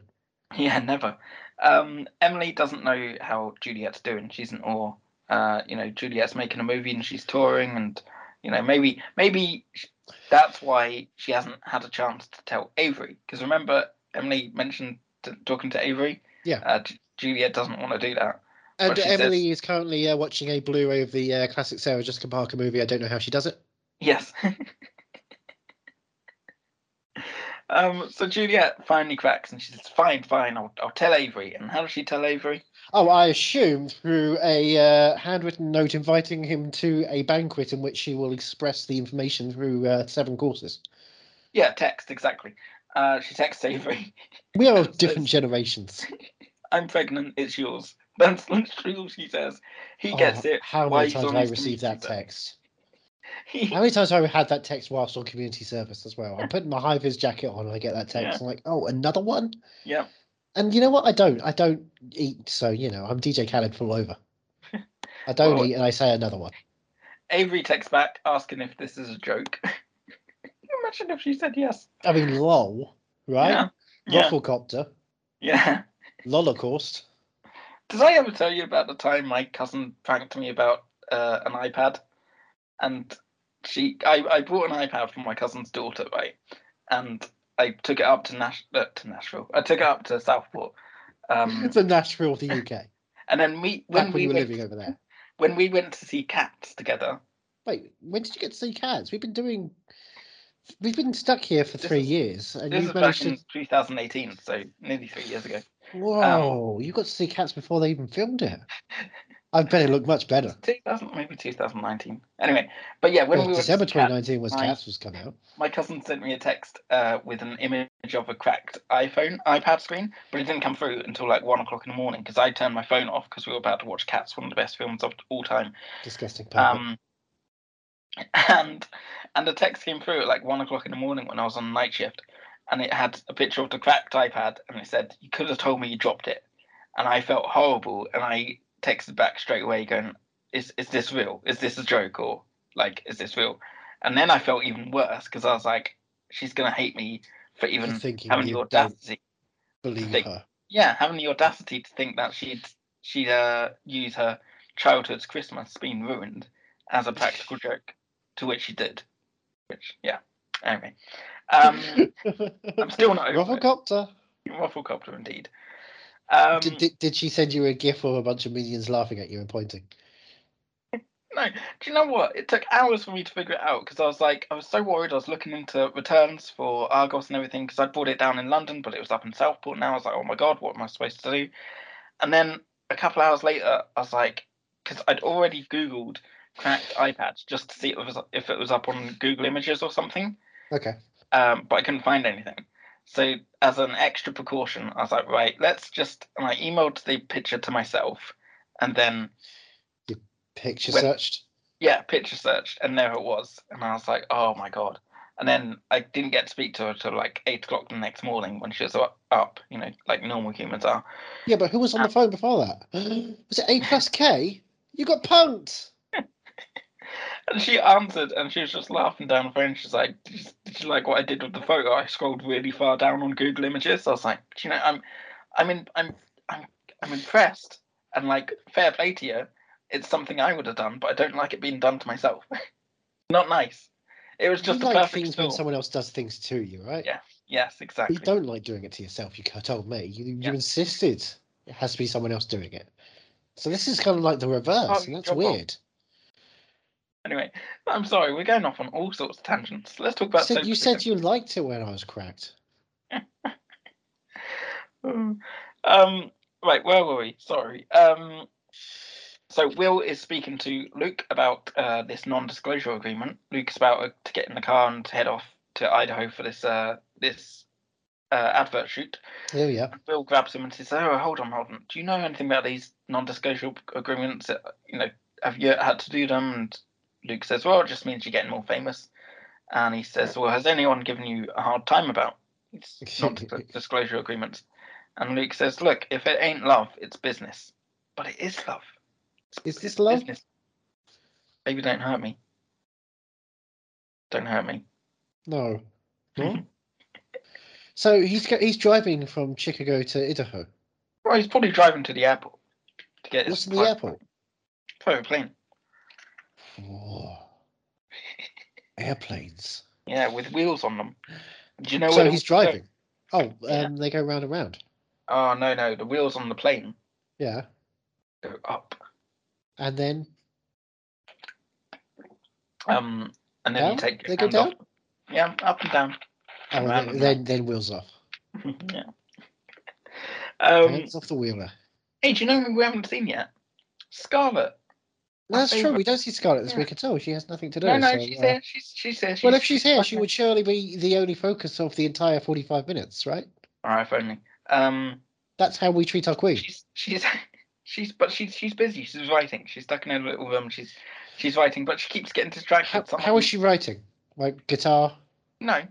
Speaker 1: Yeah, never. Um, Emily doesn't know how Juliet's doing. She's in awe. Uh, you know, Juliet's making a movie and she's touring, and you know, maybe maybe sh- that's why she hasn't had a chance to tell Avery. Because remember, Emily mentioned t- talking to Avery.
Speaker 2: Yeah.
Speaker 1: Uh, Ju- Juliet doesn't want to do that.
Speaker 2: And
Speaker 1: she says-
Speaker 2: Emily is currently uh, watching a Blu-ray of the uh, classic Sarah Jessica Parker movie. I don't know how she does it.
Speaker 1: Yes. um. So Juliet finally cracks, and she says, "Fine, fine. I'll I'll tell Avery." And how does she tell Avery?
Speaker 2: Oh, I assume through a uh, handwritten note inviting him to a banquet in which she will express the information through uh, seven courses.
Speaker 1: Yeah, text exactly. Uh, she texts Avery.
Speaker 2: We are
Speaker 1: That's-
Speaker 2: of different generations.
Speaker 1: I'm pregnant, it's yours. That's literally all she says. He gets
Speaker 2: Oh,
Speaker 1: it.
Speaker 2: How
Speaker 1: Why
Speaker 2: many
Speaker 1: he's
Speaker 2: times
Speaker 1: on
Speaker 2: have I
Speaker 1: his
Speaker 2: received
Speaker 1: community
Speaker 2: that
Speaker 1: service.
Speaker 2: text?
Speaker 1: He-
Speaker 2: How many times have I had that text whilst on community service as well? I'm putting my high vis jacket on and I get that text. I'm like, oh, another one?
Speaker 1: yeah.
Speaker 2: And you know what? I don't. I don't eat. So, you know, I'm DJ Khaled full over. I don't
Speaker 1: Well-
Speaker 2: eat and I say another one.
Speaker 1: Avery texts back asking if this is a joke. Can you Imagine if she said yes.
Speaker 2: I mean, lol, right?
Speaker 1: Yeah.
Speaker 2: Rufflecopter,
Speaker 1: Yeah.
Speaker 2: lolocaust.
Speaker 1: Did I ever tell you about the time my cousin pranked me about uh, an iPad? And she, I, I bought an iPad for my cousin's daughter, right? And I took it up to, Nash, uh, to Nashville. I took it up to Southport. Um,
Speaker 2: It's the Nashville of the UK.
Speaker 1: and then we, when
Speaker 2: Back when
Speaker 1: we
Speaker 2: you were
Speaker 1: went,
Speaker 2: living over there.
Speaker 1: when we went to see Cats together,
Speaker 2: Wait, when did you get to see cats? We've been doing. We've been stuck here for
Speaker 1: This
Speaker 2: three
Speaker 1: is-
Speaker 2: years, and
Speaker 1: This
Speaker 2: you've
Speaker 1: is back
Speaker 2: managed
Speaker 1: in
Speaker 2: to.
Speaker 1: 2018, so nearly three years ago.
Speaker 2: Whoa, you got to see cats before they even filmed it. I bet it looked much better.
Speaker 1: 2000, maybe 2019. Anyway, but yeah, when
Speaker 2: Well,
Speaker 1: we were
Speaker 2: December
Speaker 1: to Cat,
Speaker 2: 2019 was
Speaker 1: my-
Speaker 2: cats was come out.
Speaker 1: my cousin sent me a text uh, with an image of a cracked iPhone iPad screen, but it didn't come through until like one o'clock in the morning because I turned my phone off because we were about to watch Cats, one of the best films of all time.
Speaker 2: Disgusting. puppet.
Speaker 1: Um, and and the text came through at like one o'clock in the morning when I was on night shift, and it had a picture of the cracked iPad, and it said, "You could have told me you dropped it," and I felt horrible, and I texted back straight away going, "Is is this real? Is this a joke or like is this real?" And then I felt even worse because I was like, "She's gonna hate me for
Speaker 2: For
Speaker 1: even
Speaker 2: thinking
Speaker 1: having
Speaker 2: you
Speaker 1: the
Speaker 2: don't
Speaker 1: audacity."
Speaker 2: believe
Speaker 1: think-
Speaker 2: her.
Speaker 1: Yeah, having the audacity to think that she'd she'd uh, use her childhood's Christmas being ruined as a practical joke, to which she did. Which, yeah. Anyway, um, I'm still not over it.
Speaker 2: Rufflecopter.
Speaker 1: Rufflecopter, indeed. Um,
Speaker 2: did, did, did she send you a gif of a bunch of minions laughing at you and pointing?
Speaker 1: No, do you know what? It took hours for me to figure it out because I was like, I was so worried. I was looking into returns for Argos and everything because I bought it down in London, but it was up in Southport now. I was like, oh my god, what am I supposed to do? And then a couple hours later, I was like, because I'd already Googled cracked iPads just to see if it was if it was up on Google Images or something,
Speaker 2: Okay.
Speaker 1: um, but I couldn't find anything. So as an extra precaution, I was like, right, let's just. And I emailed the picture to myself, and then
Speaker 2: Picture
Speaker 1: When-
Speaker 2: searched.
Speaker 1: yeah, picture searched, and there it was. And I was like, oh my god. And then I didn't get to speak to her till like eight o'clock the next morning when she was up, up you know, like normal humans are.
Speaker 2: Yeah, but who was
Speaker 1: Um,
Speaker 2: on the phone before that? Was it A plus K? You got punked.
Speaker 1: And she answered, and she was just laughing down the phone. She's like, did you, did you like what I did with the photo? I scrolled really far down on Google Images. I was like, "Do you know, I'm, I'm in, I'm, I'm, I'm impressed, and like fair play to you. It's something I would have done, but I don't like it being done to myself. Not nice. It was just
Speaker 2: you
Speaker 1: a
Speaker 2: like
Speaker 1: perfect
Speaker 2: things
Speaker 1: storm.
Speaker 2: when someone else does things to you, right?
Speaker 1: Yeah, Yes,
Speaker 2: But
Speaker 1: exactly.
Speaker 2: You don't like doing it to yourself. You c- told me. You, you
Speaker 1: Yeah.
Speaker 2: insisted it has to be someone else doing it. So this is kind of like the reverse,
Speaker 1: Oh,
Speaker 2: and that's
Speaker 1: you're wrong.
Speaker 2: weird.
Speaker 1: Anyway, I'm sorry, we're going off on all sorts of tangents. Let's talk
Speaker 2: You
Speaker 1: about.
Speaker 2: said, you
Speaker 1: soap
Speaker 2: said you liked it when I was cracked.
Speaker 1: again. Um, right, where were we? Sorry. Um, so Will is speaking to Luke about uh, this non-disclosure agreement. Luke's about to get in the car and head off to Idaho for this uh, this uh, advert shoot.
Speaker 2: Oh yeah.
Speaker 1: Will grabs him and says, "Oh, hold on, hold on. Do you know anything about these non-disclosure agreements? That, you know, have you had to do them?" And Luke says, "Well, it just means you're getting more famous." And he says, "Well, has anyone given you a hard time about these non-disclosure agreements?" And Luke says, "Look, if it ain't love, it's business. But it is love.
Speaker 2: Is this love?
Speaker 1: Business. Baby, don't hurt me. Don't hurt me."
Speaker 2: No. What? so he's go- he's driving from Chicago to Idaho.
Speaker 1: Well, he's probably driving to the airport to get his
Speaker 2: What's in the
Speaker 1: flight-
Speaker 2: airport?
Speaker 1: private plane.
Speaker 2: Whoa. Airplanes.
Speaker 1: Yeah, with wheels on them. Do you know?
Speaker 2: So
Speaker 1: where the-
Speaker 2: he's driving. Oh, um,
Speaker 1: Yeah.
Speaker 2: they go round and round.
Speaker 1: Oh no, no, the wheels on the plane
Speaker 2: Yeah.
Speaker 1: go up.
Speaker 2: And then
Speaker 1: Um, and then you
Speaker 2: Down?
Speaker 1: take your
Speaker 2: They go
Speaker 1: hand
Speaker 2: down?
Speaker 1: off. Yeah, up and down.
Speaker 2: oh,
Speaker 1: Round
Speaker 2: then,
Speaker 1: and
Speaker 2: then then wheels off.
Speaker 1: yeah. Um,
Speaker 2: Hands off the wheeler.
Speaker 1: hey, do you know who we haven't seen yet? Scarlet.
Speaker 2: No, that's true.
Speaker 1: favourite-
Speaker 2: We don't see Scarlett this
Speaker 1: yeah.
Speaker 2: week at all. She has nothing to do.
Speaker 1: No, no,
Speaker 2: so,
Speaker 1: she's
Speaker 2: uh,
Speaker 1: there. She's she's there. She's,
Speaker 2: well, if she's here, she
Speaker 1: okay.
Speaker 2: would surely be the only focus of the entire forty-five minutes, right?
Speaker 1: All right, if only. Um,
Speaker 2: That's how we treat our queen.
Speaker 1: she's she's she's but she's she's busy. She's writing. She's stuck in her little room. She's she's writing, but she keeps getting distracted.
Speaker 2: How,
Speaker 1: Someone-
Speaker 2: how is she writing? Like guitar,
Speaker 1: No.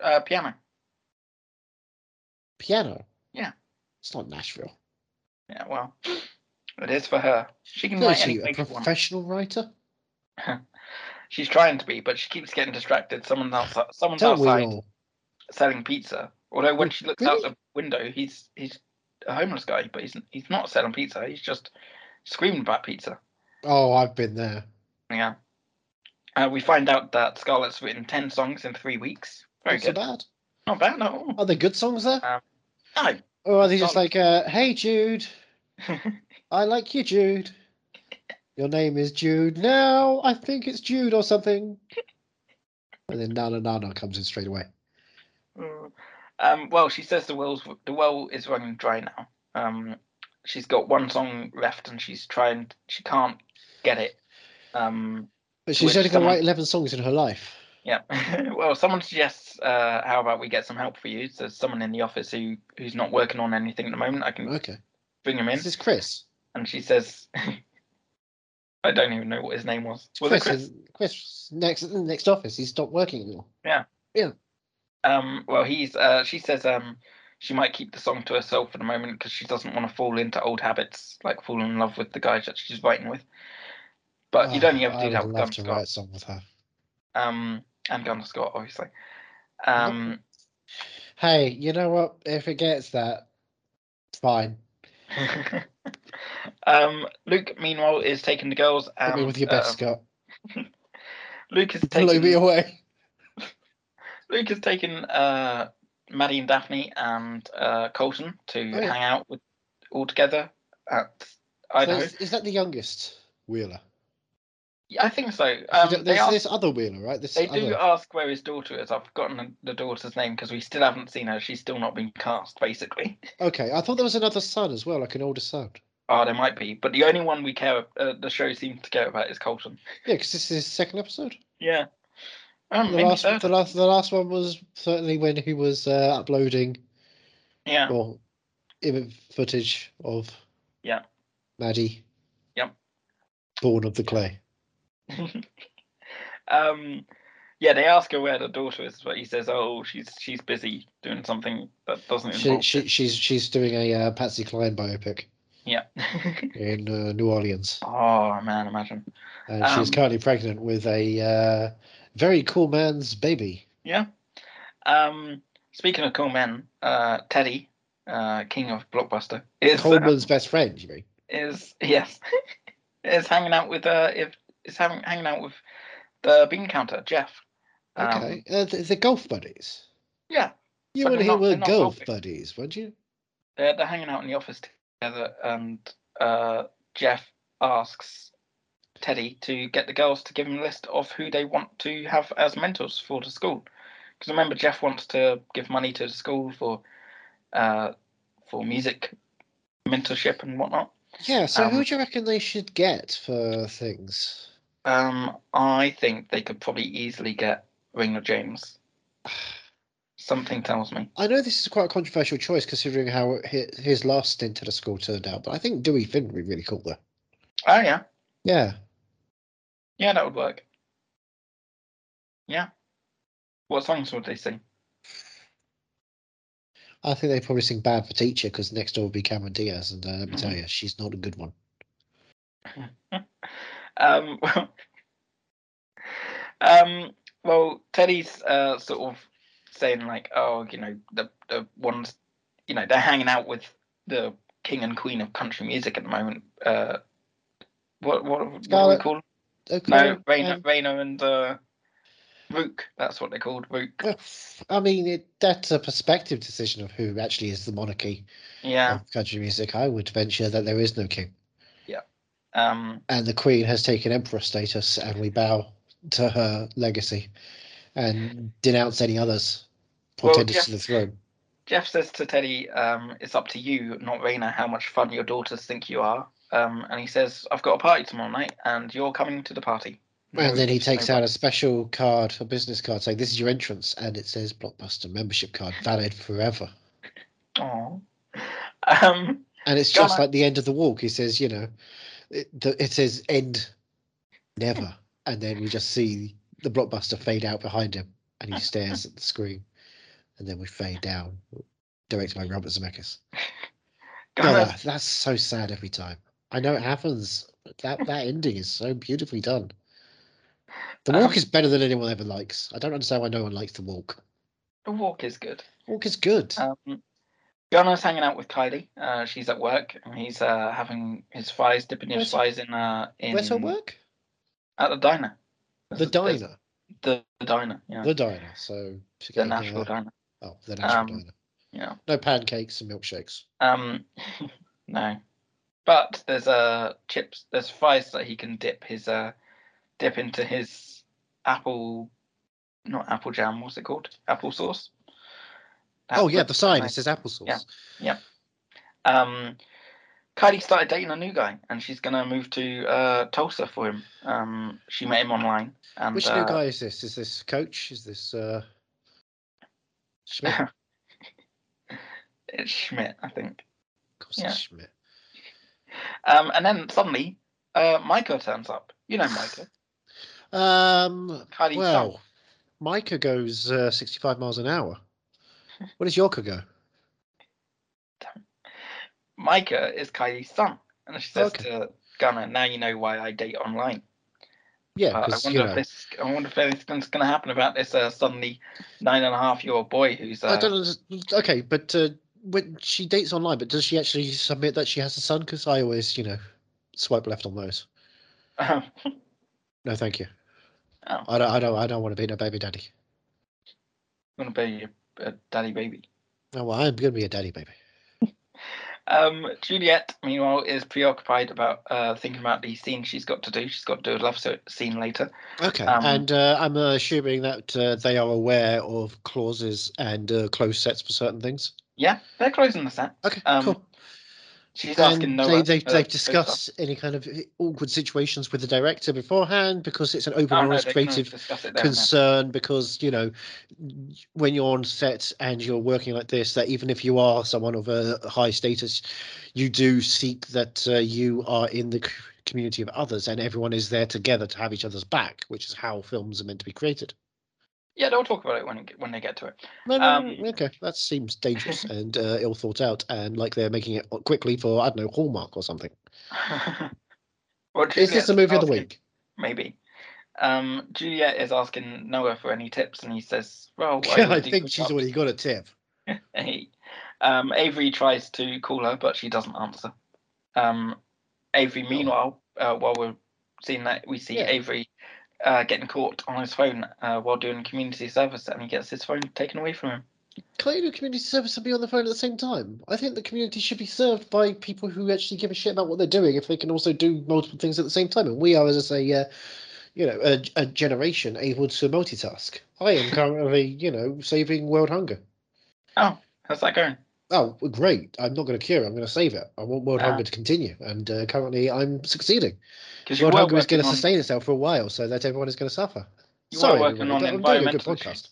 Speaker 1: Uh, piano.
Speaker 2: piano.
Speaker 1: Yeah.
Speaker 2: It's not Nashville.
Speaker 1: Yeah, well, it is for her. She can
Speaker 2: Is
Speaker 1: write
Speaker 2: she a
Speaker 1: anything she wants.
Speaker 2: professional writer?
Speaker 1: She's trying to be, but she keeps getting distracted. Someone else, someone's
Speaker 2: Don't we
Speaker 1: outside
Speaker 2: all?
Speaker 1: selling pizza. Although when
Speaker 2: Oh,
Speaker 1: she looks
Speaker 2: really?
Speaker 1: out the window, he's he's a homeless guy, but he's he's not selling pizza. He's just screaming about pizza.
Speaker 2: Oh, I've been there.
Speaker 1: Yeah. Uh, we find out that Scarlett's written ten songs in three weeks. Very
Speaker 2: Not so
Speaker 1: good.
Speaker 2: bad.
Speaker 1: Not bad at all.
Speaker 2: Are there good songs there?
Speaker 1: No.
Speaker 2: Or are they just
Speaker 1: not-
Speaker 2: like, uh, hey, Jude, I like you, Jude. Your name is Jude now. I think it's Jude or something. And then Nana Nana comes in straight away.
Speaker 1: um, well, she says the well's the well is running dry now. Um, she's got one song left, and she's trying. She can't get it. Um,
Speaker 2: But
Speaker 1: Which
Speaker 2: she's only going to
Speaker 1: someone-
Speaker 2: write 11 songs in her life.
Speaker 1: Yeah. well, someone suggests, uh, how about we get some help for you? So there's someone in the office who who's not working on anything at the moment. I can
Speaker 2: Okay.
Speaker 1: bring him in.
Speaker 2: This is Chris.
Speaker 1: And she says, I don't even know what his name was. Was it
Speaker 2: Chris,
Speaker 1: Chris?
Speaker 2: is, Chris next next office. He's stopped working anymore.
Speaker 1: Um, well, he's. Uh, she says, um, she might keep the song to herself for the moment because she doesn't want to fall into old habits, like fall in love with the guys that she's writing with. But you'd
Speaker 2: Oh,
Speaker 1: only ever
Speaker 2: I
Speaker 1: do
Speaker 2: would
Speaker 1: that with
Speaker 2: love
Speaker 1: Gunner
Speaker 2: to
Speaker 1: Scott.
Speaker 2: write a song with her.
Speaker 1: Um, and Gunner Scott, obviously. Um,
Speaker 2: Hey, you know what? If it gets that, fine.
Speaker 1: um, Luke, meanwhile, is taking the girls.
Speaker 2: Hit
Speaker 1: And,
Speaker 2: me with your best,
Speaker 1: um,
Speaker 2: Scott.
Speaker 1: Luke is
Speaker 2: Blow me
Speaker 1: taking
Speaker 2: away.
Speaker 1: Luke has taken uh, Maddie and Daphne and uh, Colton to
Speaker 2: Oh, yeah.
Speaker 1: hang out with all together at
Speaker 2: So
Speaker 1: Idaho.
Speaker 2: is, is that the youngest Wheeler?
Speaker 1: I think so.
Speaker 2: So
Speaker 1: Um,
Speaker 2: th-
Speaker 1: they
Speaker 2: there's
Speaker 1: ask,
Speaker 2: this other Wheeler, right? This
Speaker 1: they
Speaker 2: other.
Speaker 1: do ask where his daughter is. I've forgotten the- the daughter's name because we still haven't seen her. She's still not been cast, basically.
Speaker 2: Okay, I thought there was another son as well, like an older son.
Speaker 1: Oh, there might be, but the only one we care uh, the show seems to care about is Colton.
Speaker 2: Yeah, because this is his second episode.
Speaker 1: Yeah. Um,
Speaker 2: The
Speaker 1: maybe
Speaker 2: last,
Speaker 1: third.
Speaker 2: the last, the last one was certainly when he was uh, uploading
Speaker 1: Yeah.
Speaker 2: or image footage of
Speaker 1: Yeah.
Speaker 2: Maddie.
Speaker 1: Yep.
Speaker 2: Born of the clay.
Speaker 1: um yeah they ask her where the daughter is but he says oh she's she's busy doing something that doesn't
Speaker 2: She,
Speaker 1: involve
Speaker 2: she, she's she's doing a uh, Patsy Cline biopic
Speaker 1: yeah
Speaker 2: in uh, New Orleans,
Speaker 1: oh man imagine
Speaker 2: and she's
Speaker 1: Um,
Speaker 2: currently pregnant with a uh, very cool man's baby.
Speaker 1: um speaking of cool men uh teddy uh king of blockbuster is uh,
Speaker 2: Coleman's best friend, you mean?
Speaker 1: is yes is hanging out with uh if is having hanging out with the bean counter jeff Um,
Speaker 2: Okay, uh, the, the golf buddies.
Speaker 1: yeah
Speaker 2: You
Speaker 1: But
Speaker 2: and
Speaker 1: they're
Speaker 2: he
Speaker 1: not-
Speaker 2: were
Speaker 1: they're not
Speaker 2: golf
Speaker 1: golfing.
Speaker 2: buddies, weren't you?
Speaker 1: they're, they're hanging out in the office together and uh, jeff asks teddy to get the girls to give him a list of who they want to have as mentors for the school because remember jeff wants to give money to the school for uh, for music mentorship and whatnot.
Speaker 2: Yeah, so
Speaker 1: Um,
Speaker 2: who do you reckon they should get for things?
Speaker 1: Um, I think they could probably easily get Ringo James. Something tells me.
Speaker 2: I know this is quite a controversial choice considering how hi- his last stint at a school turned out, but I think Dewey Finn would be really cool though.
Speaker 1: Oh yeah,
Speaker 2: Yeah.
Speaker 1: yeah, that would work. Yeah. What songs would they sing?
Speaker 2: I think they probably sing Bad for Teacher because next door would be Cameron Diaz, and uh, let me tell
Speaker 1: Mm-hmm.
Speaker 2: you, she's not a good one.
Speaker 1: Um, um, well, Teddy's uh, sort of saying like, oh, you know, the the ones, you know, they're hanging out with the king and queen of country music at the moment. Uh, what what what do we
Speaker 2: Scarlett.
Speaker 1: call?
Speaker 2: Okay,
Speaker 1: No, Rainer,
Speaker 2: um,
Speaker 1: Rainer and uh, Rook. That's what they're called, Rook.
Speaker 2: well, I mean, it, that's a perspective decision of who actually is the monarchy
Speaker 1: Yeah.
Speaker 2: of country music. I would venture that there is no king,
Speaker 1: Um.
Speaker 2: and the queen has taken emperor status, and we bow to her legacy and denounce any others
Speaker 1: Well,
Speaker 2: pretenders
Speaker 1: yeah.
Speaker 2: to the throne.
Speaker 1: Jeff says to Teddy, um, "It's up to you, not Raina, how much fun your daughters think you are." Um, and he says, "I've got a party tomorrow night, and you're coming to the party."
Speaker 2: And then he
Speaker 1: No-
Speaker 2: takes out a special card, a business card, saying, "This is your entrance," and it says "Blockbuster membership card, valid forever."
Speaker 1: Aw. Um,
Speaker 2: And it's
Speaker 1: Go
Speaker 2: just
Speaker 1: on.
Speaker 2: like the end of the walk. He says, you know, it, the, it says end never. And then we just see the blockbuster fade out behind him and he stares at the screen. And then we fade down, directed by Robert Zemeckis. God,
Speaker 1: Gunnar,
Speaker 2: that- that's so sad every time. I know it happens. but That that ending is so beautifully done. The walk
Speaker 1: Um,
Speaker 2: is better than anyone ever likes. I don't understand why no one likes the walk.
Speaker 1: the walk is good.
Speaker 2: Walk is good.
Speaker 1: Um, Gunner's hanging out with Kylie. Uh, she's at work, and he's uh, having his fries, dipping his
Speaker 2: Where's-
Speaker 1: fries in uh, in
Speaker 2: Where's her work?
Speaker 1: at the diner.
Speaker 2: The
Speaker 1: There's-
Speaker 2: diner.
Speaker 1: The, the diner. Yeah.
Speaker 2: The diner. So she
Speaker 1: The
Speaker 2: can hang
Speaker 1: national
Speaker 2: out.
Speaker 1: diner.
Speaker 2: Oh, the national
Speaker 1: Um,
Speaker 2: diner.
Speaker 1: Yeah.
Speaker 2: No pancakes and milkshakes.
Speaker 1: Um, no, but there's uh chips. There's fries that he can dip his uh dip into his apple, not apple jam. What's it called? Apple sauce.
Speaker 2: oh yeah,
Speaker 1: Apple-
Speaker 2: the sign.
Speaker 1: no.
Speaker 2: It says applesauce.
Speaker 1: Yeah. Um, Kylie started dating a new guy, and she's gonna move to uh Tulsa for him. Um, she met him online, and
Speaker 2: Which
Speaker 1: uh,
Speaker 2: new guy is this? Is this coach? Is this uh? Schmidt. Of
Speaker 1: it's Schmidt, I think.
Speaker 2: course,
Speaker 1: Yeah.
Speaker 2: it's Schmidt.
Speaker 1: Um, and then suddenly, uh, Micah turns up. You know Micah,
Speaker 2: Um.
Speaker 1: Kylie's son.
Speaker 2: well, Micah goes uh, 65 miles an hour. What does Yorka go?
Speaker 1: Micah is Kylie's son, and she says
Speaker 2: Okay.
Speaker 1: to Gunnar, "Now you know why I date online."
Speaker 2: Yeah,
Speaker 1: Uh, I
Speaker 2: because
Speaker 1: wonder
Speaker 2: you know.
Speaker 1: if this. I wonder if anything's going to happen about this uh, suddenly nine and a half year old boy who's. Uh,
Speaker 2: I don't. underst- Okay, but uh, when she dates online, but does she actually submit that she has a son? Because I always, you know, swipe left on those.
Speaker 1: uh,
Speaker 2: No, thank you.
Speaker 1: Oh.
Speaker 2: I don't. I don't. I don't want to be no baby daddy.
Speaker 1: going to be a, a daddy baby.
Speaker 2: No, well, I'm gonna be a daddy baby.
Speaker 1: Um, Juliet, meanwhile, is preoccupied about uh, thinking about the scene she's got to do. She's got to do a love so- scene later.
Speaker 2: Okay,
Speaker 1: Um,
Speaker 2: and uh, I'm uh, assuming that uh, they are aware of clauses and uh, closed sets for certain things.
Speaker 1: Yeah, they're closing the set.
Speaker 2: Okay,
Speaker 1: Um,
Speaker 2: cool.
Speaker 1: She's asking
Speaker 2: And they,
Speaker 1: Noah.
Speaker 2: they,
Speaker 1: uh,
Speaker 2: they've
Speaker 1: good stuff.
Speaker 2: discussed any kind of awkward situations with the director beforehand because it's an open
Speaker 1: Oh,
Speaker 2: and
Speaker 1: no,
Speaker 2: honest
Speaker 1: they can
Speaker 2: creative
Speaker 1: discuss it there and then.
Speaker 2: concern. Because you know, when you're on set and you're working like this, that even if you are someone of a high status, you do seek that uh, you are in the c- community of others and everyone is there together to have each other's back, which is how films are meant to be created.
Speaker 1: Yeah, they'll talk about it when it get- when they get to it.
Speaker 2: No, no,
Speaker 1: Um,
Speaker 2: no, okay, that seems dangerous and uh, ill thought out, and like they're making it quickly for I don't know Hallmark or something.
Speaker 1: well,
Speaker 2: Is this
Speaker 1: Juliet's
Speaker 2: the movie of the
Speaker 1: asking-
Speaker 2: week?
Speaker 1: Maybe. Um, Juliet is asking Noah for any tips, and he says, "Well,
Speaker 2: Yeah, I
Speaker 1: always do
Speaker 2: think
Speaker 1: push-ups."
Speaker 2: she's already got a tip.
Speaker 1: Hey. Um, Avery tries to call her, but she doesn't answer. Um, Avery, meanwhile, uh, while we're seeing that, we see
Speaker 2: Oh. Yeah.
Speaker 1: Avery uh, getting caught on his phone uh, while doing community service, and he gets his phone taken away from him.
Speaker 2: Can't you do community service and be on the phone at the same time? I think the community should be served by people who actually give a shit about what they're doing if they can also do multiple things at the same time. And we are, as I say, uh, you know, a, a generation able to multitask. I am currently, you know, saving world hunger.
Speaker 1: How's that going?
Speaker 2: oh, well, great. I'm not going to cure. it. I'm going to save it. I want world
Speaker 1: Ah.
Speaker 2: hunger to continue, and uh, currently I'm succeeding.
Speaker 1: Because
Speaker 2: World hunger is going to
Speaker 1: on,
Speaker 2: sustain itself for a while, so that everyone is going to suffer.
Speaker 1: you
Speaker 2: Sorry,
Speaker 1: were working on
Speaker 2: everybody, but I'm doing a
Speaker 1: environmental
Speaker 2: good podcast.
Speaker 1: issues.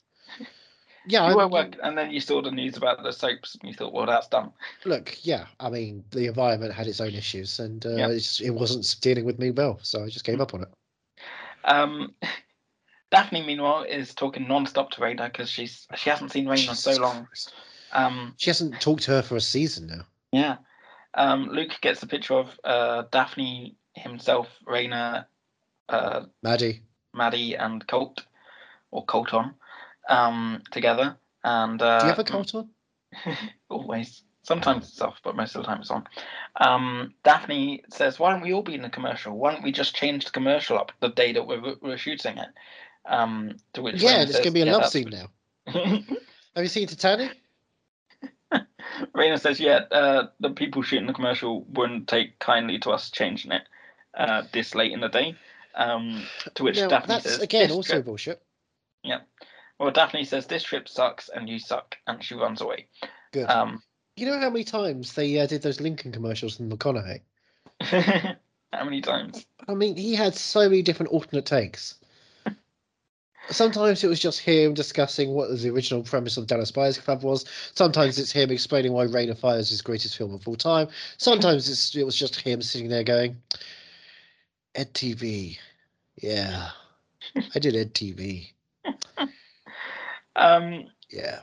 Speaker 2: Yeah,
Speaker 1: You
Speaker 2: I'm,
Speaker 1: were working, and then you saw the news about the soaps, and you thought, well, that's done.
Speaker 2: look, yeah, I mean, the environment had its own issues, and uh,
Speaker 1: Yeah. Mm.
Speaker 2: it's, it wasn't dealing with me well, so I just gave up on it.
Speaker 1: Um, Daphne, meanwhile, is talking non-stop to Raina because she's she hasn't seen Raina in so
Speaker 2: Jesus
Speaker 1: long.
Speaker 2: Christ.
Speaker 1: Um,
Speaker 2: She hasn't talked to her for a season now.
Speaker 1: yeah. Um, Luke gets a picture of uh, Daphne himself, Raina, uh,
Speaker 2: Maddie,
Speaker 1: Maddie, and Colt or Colton um, together. And uh,
Speaker 2: do you have a cult on?
Speaker 1: always. Sometimes it's off, but most of the time it's on. Um, Daphne says, "Why don't we all be in the commercial? Why don't we just change the commercial up the day that we're, we're shooting it?" Um, to which
Speaker 2: Yeah,
Speaker 1: Raina
Speaker 2: there's
Speaker 1: says,
Speaker 2: going to be a
Speaker 1: "Yeah,
Speaker 2: love
Speaker 1: that's
Speaker 2: scene
Speaker 1: good."
Speaker 2: now. Have you seen Titanic?
Speaker 1: Raina says, "Yeah, uh, the people shooting the commercial wouldn't take kindly to us changing it uh, this late in the day." Um, to which
Speaker 2: No,
Speaker 1: Daphne
Speaker 2: that's
Speaker 1: says,
Speaker 2: again
Speaker 1: "This
Speaker 2: also
Speaker 1: trip-
Speaker 2: bullshit.
Speaker 1: Well, Daphne says, "This trip sucks, and you suck," and she runs away.
Speaker 2: Good.
Speaker 1: Um,
Speaker 2: you know how many times they uh, did those Lincoln commercials in McConaughey?
Speaker 1: how many times?
Speaker 2: I mean, he had so many different alternate takes. Sometimes it was just him discussing what the original premise of Dallas Buyers Club was. Sometimes it's him explaining why Rain of Fire is his greatest film of all time. Sometimes it's, it was just him sitting there going, Ed TV. Yeah. I did Ed TV.
Speaker 1: Um,
Speaker 2: Yeah.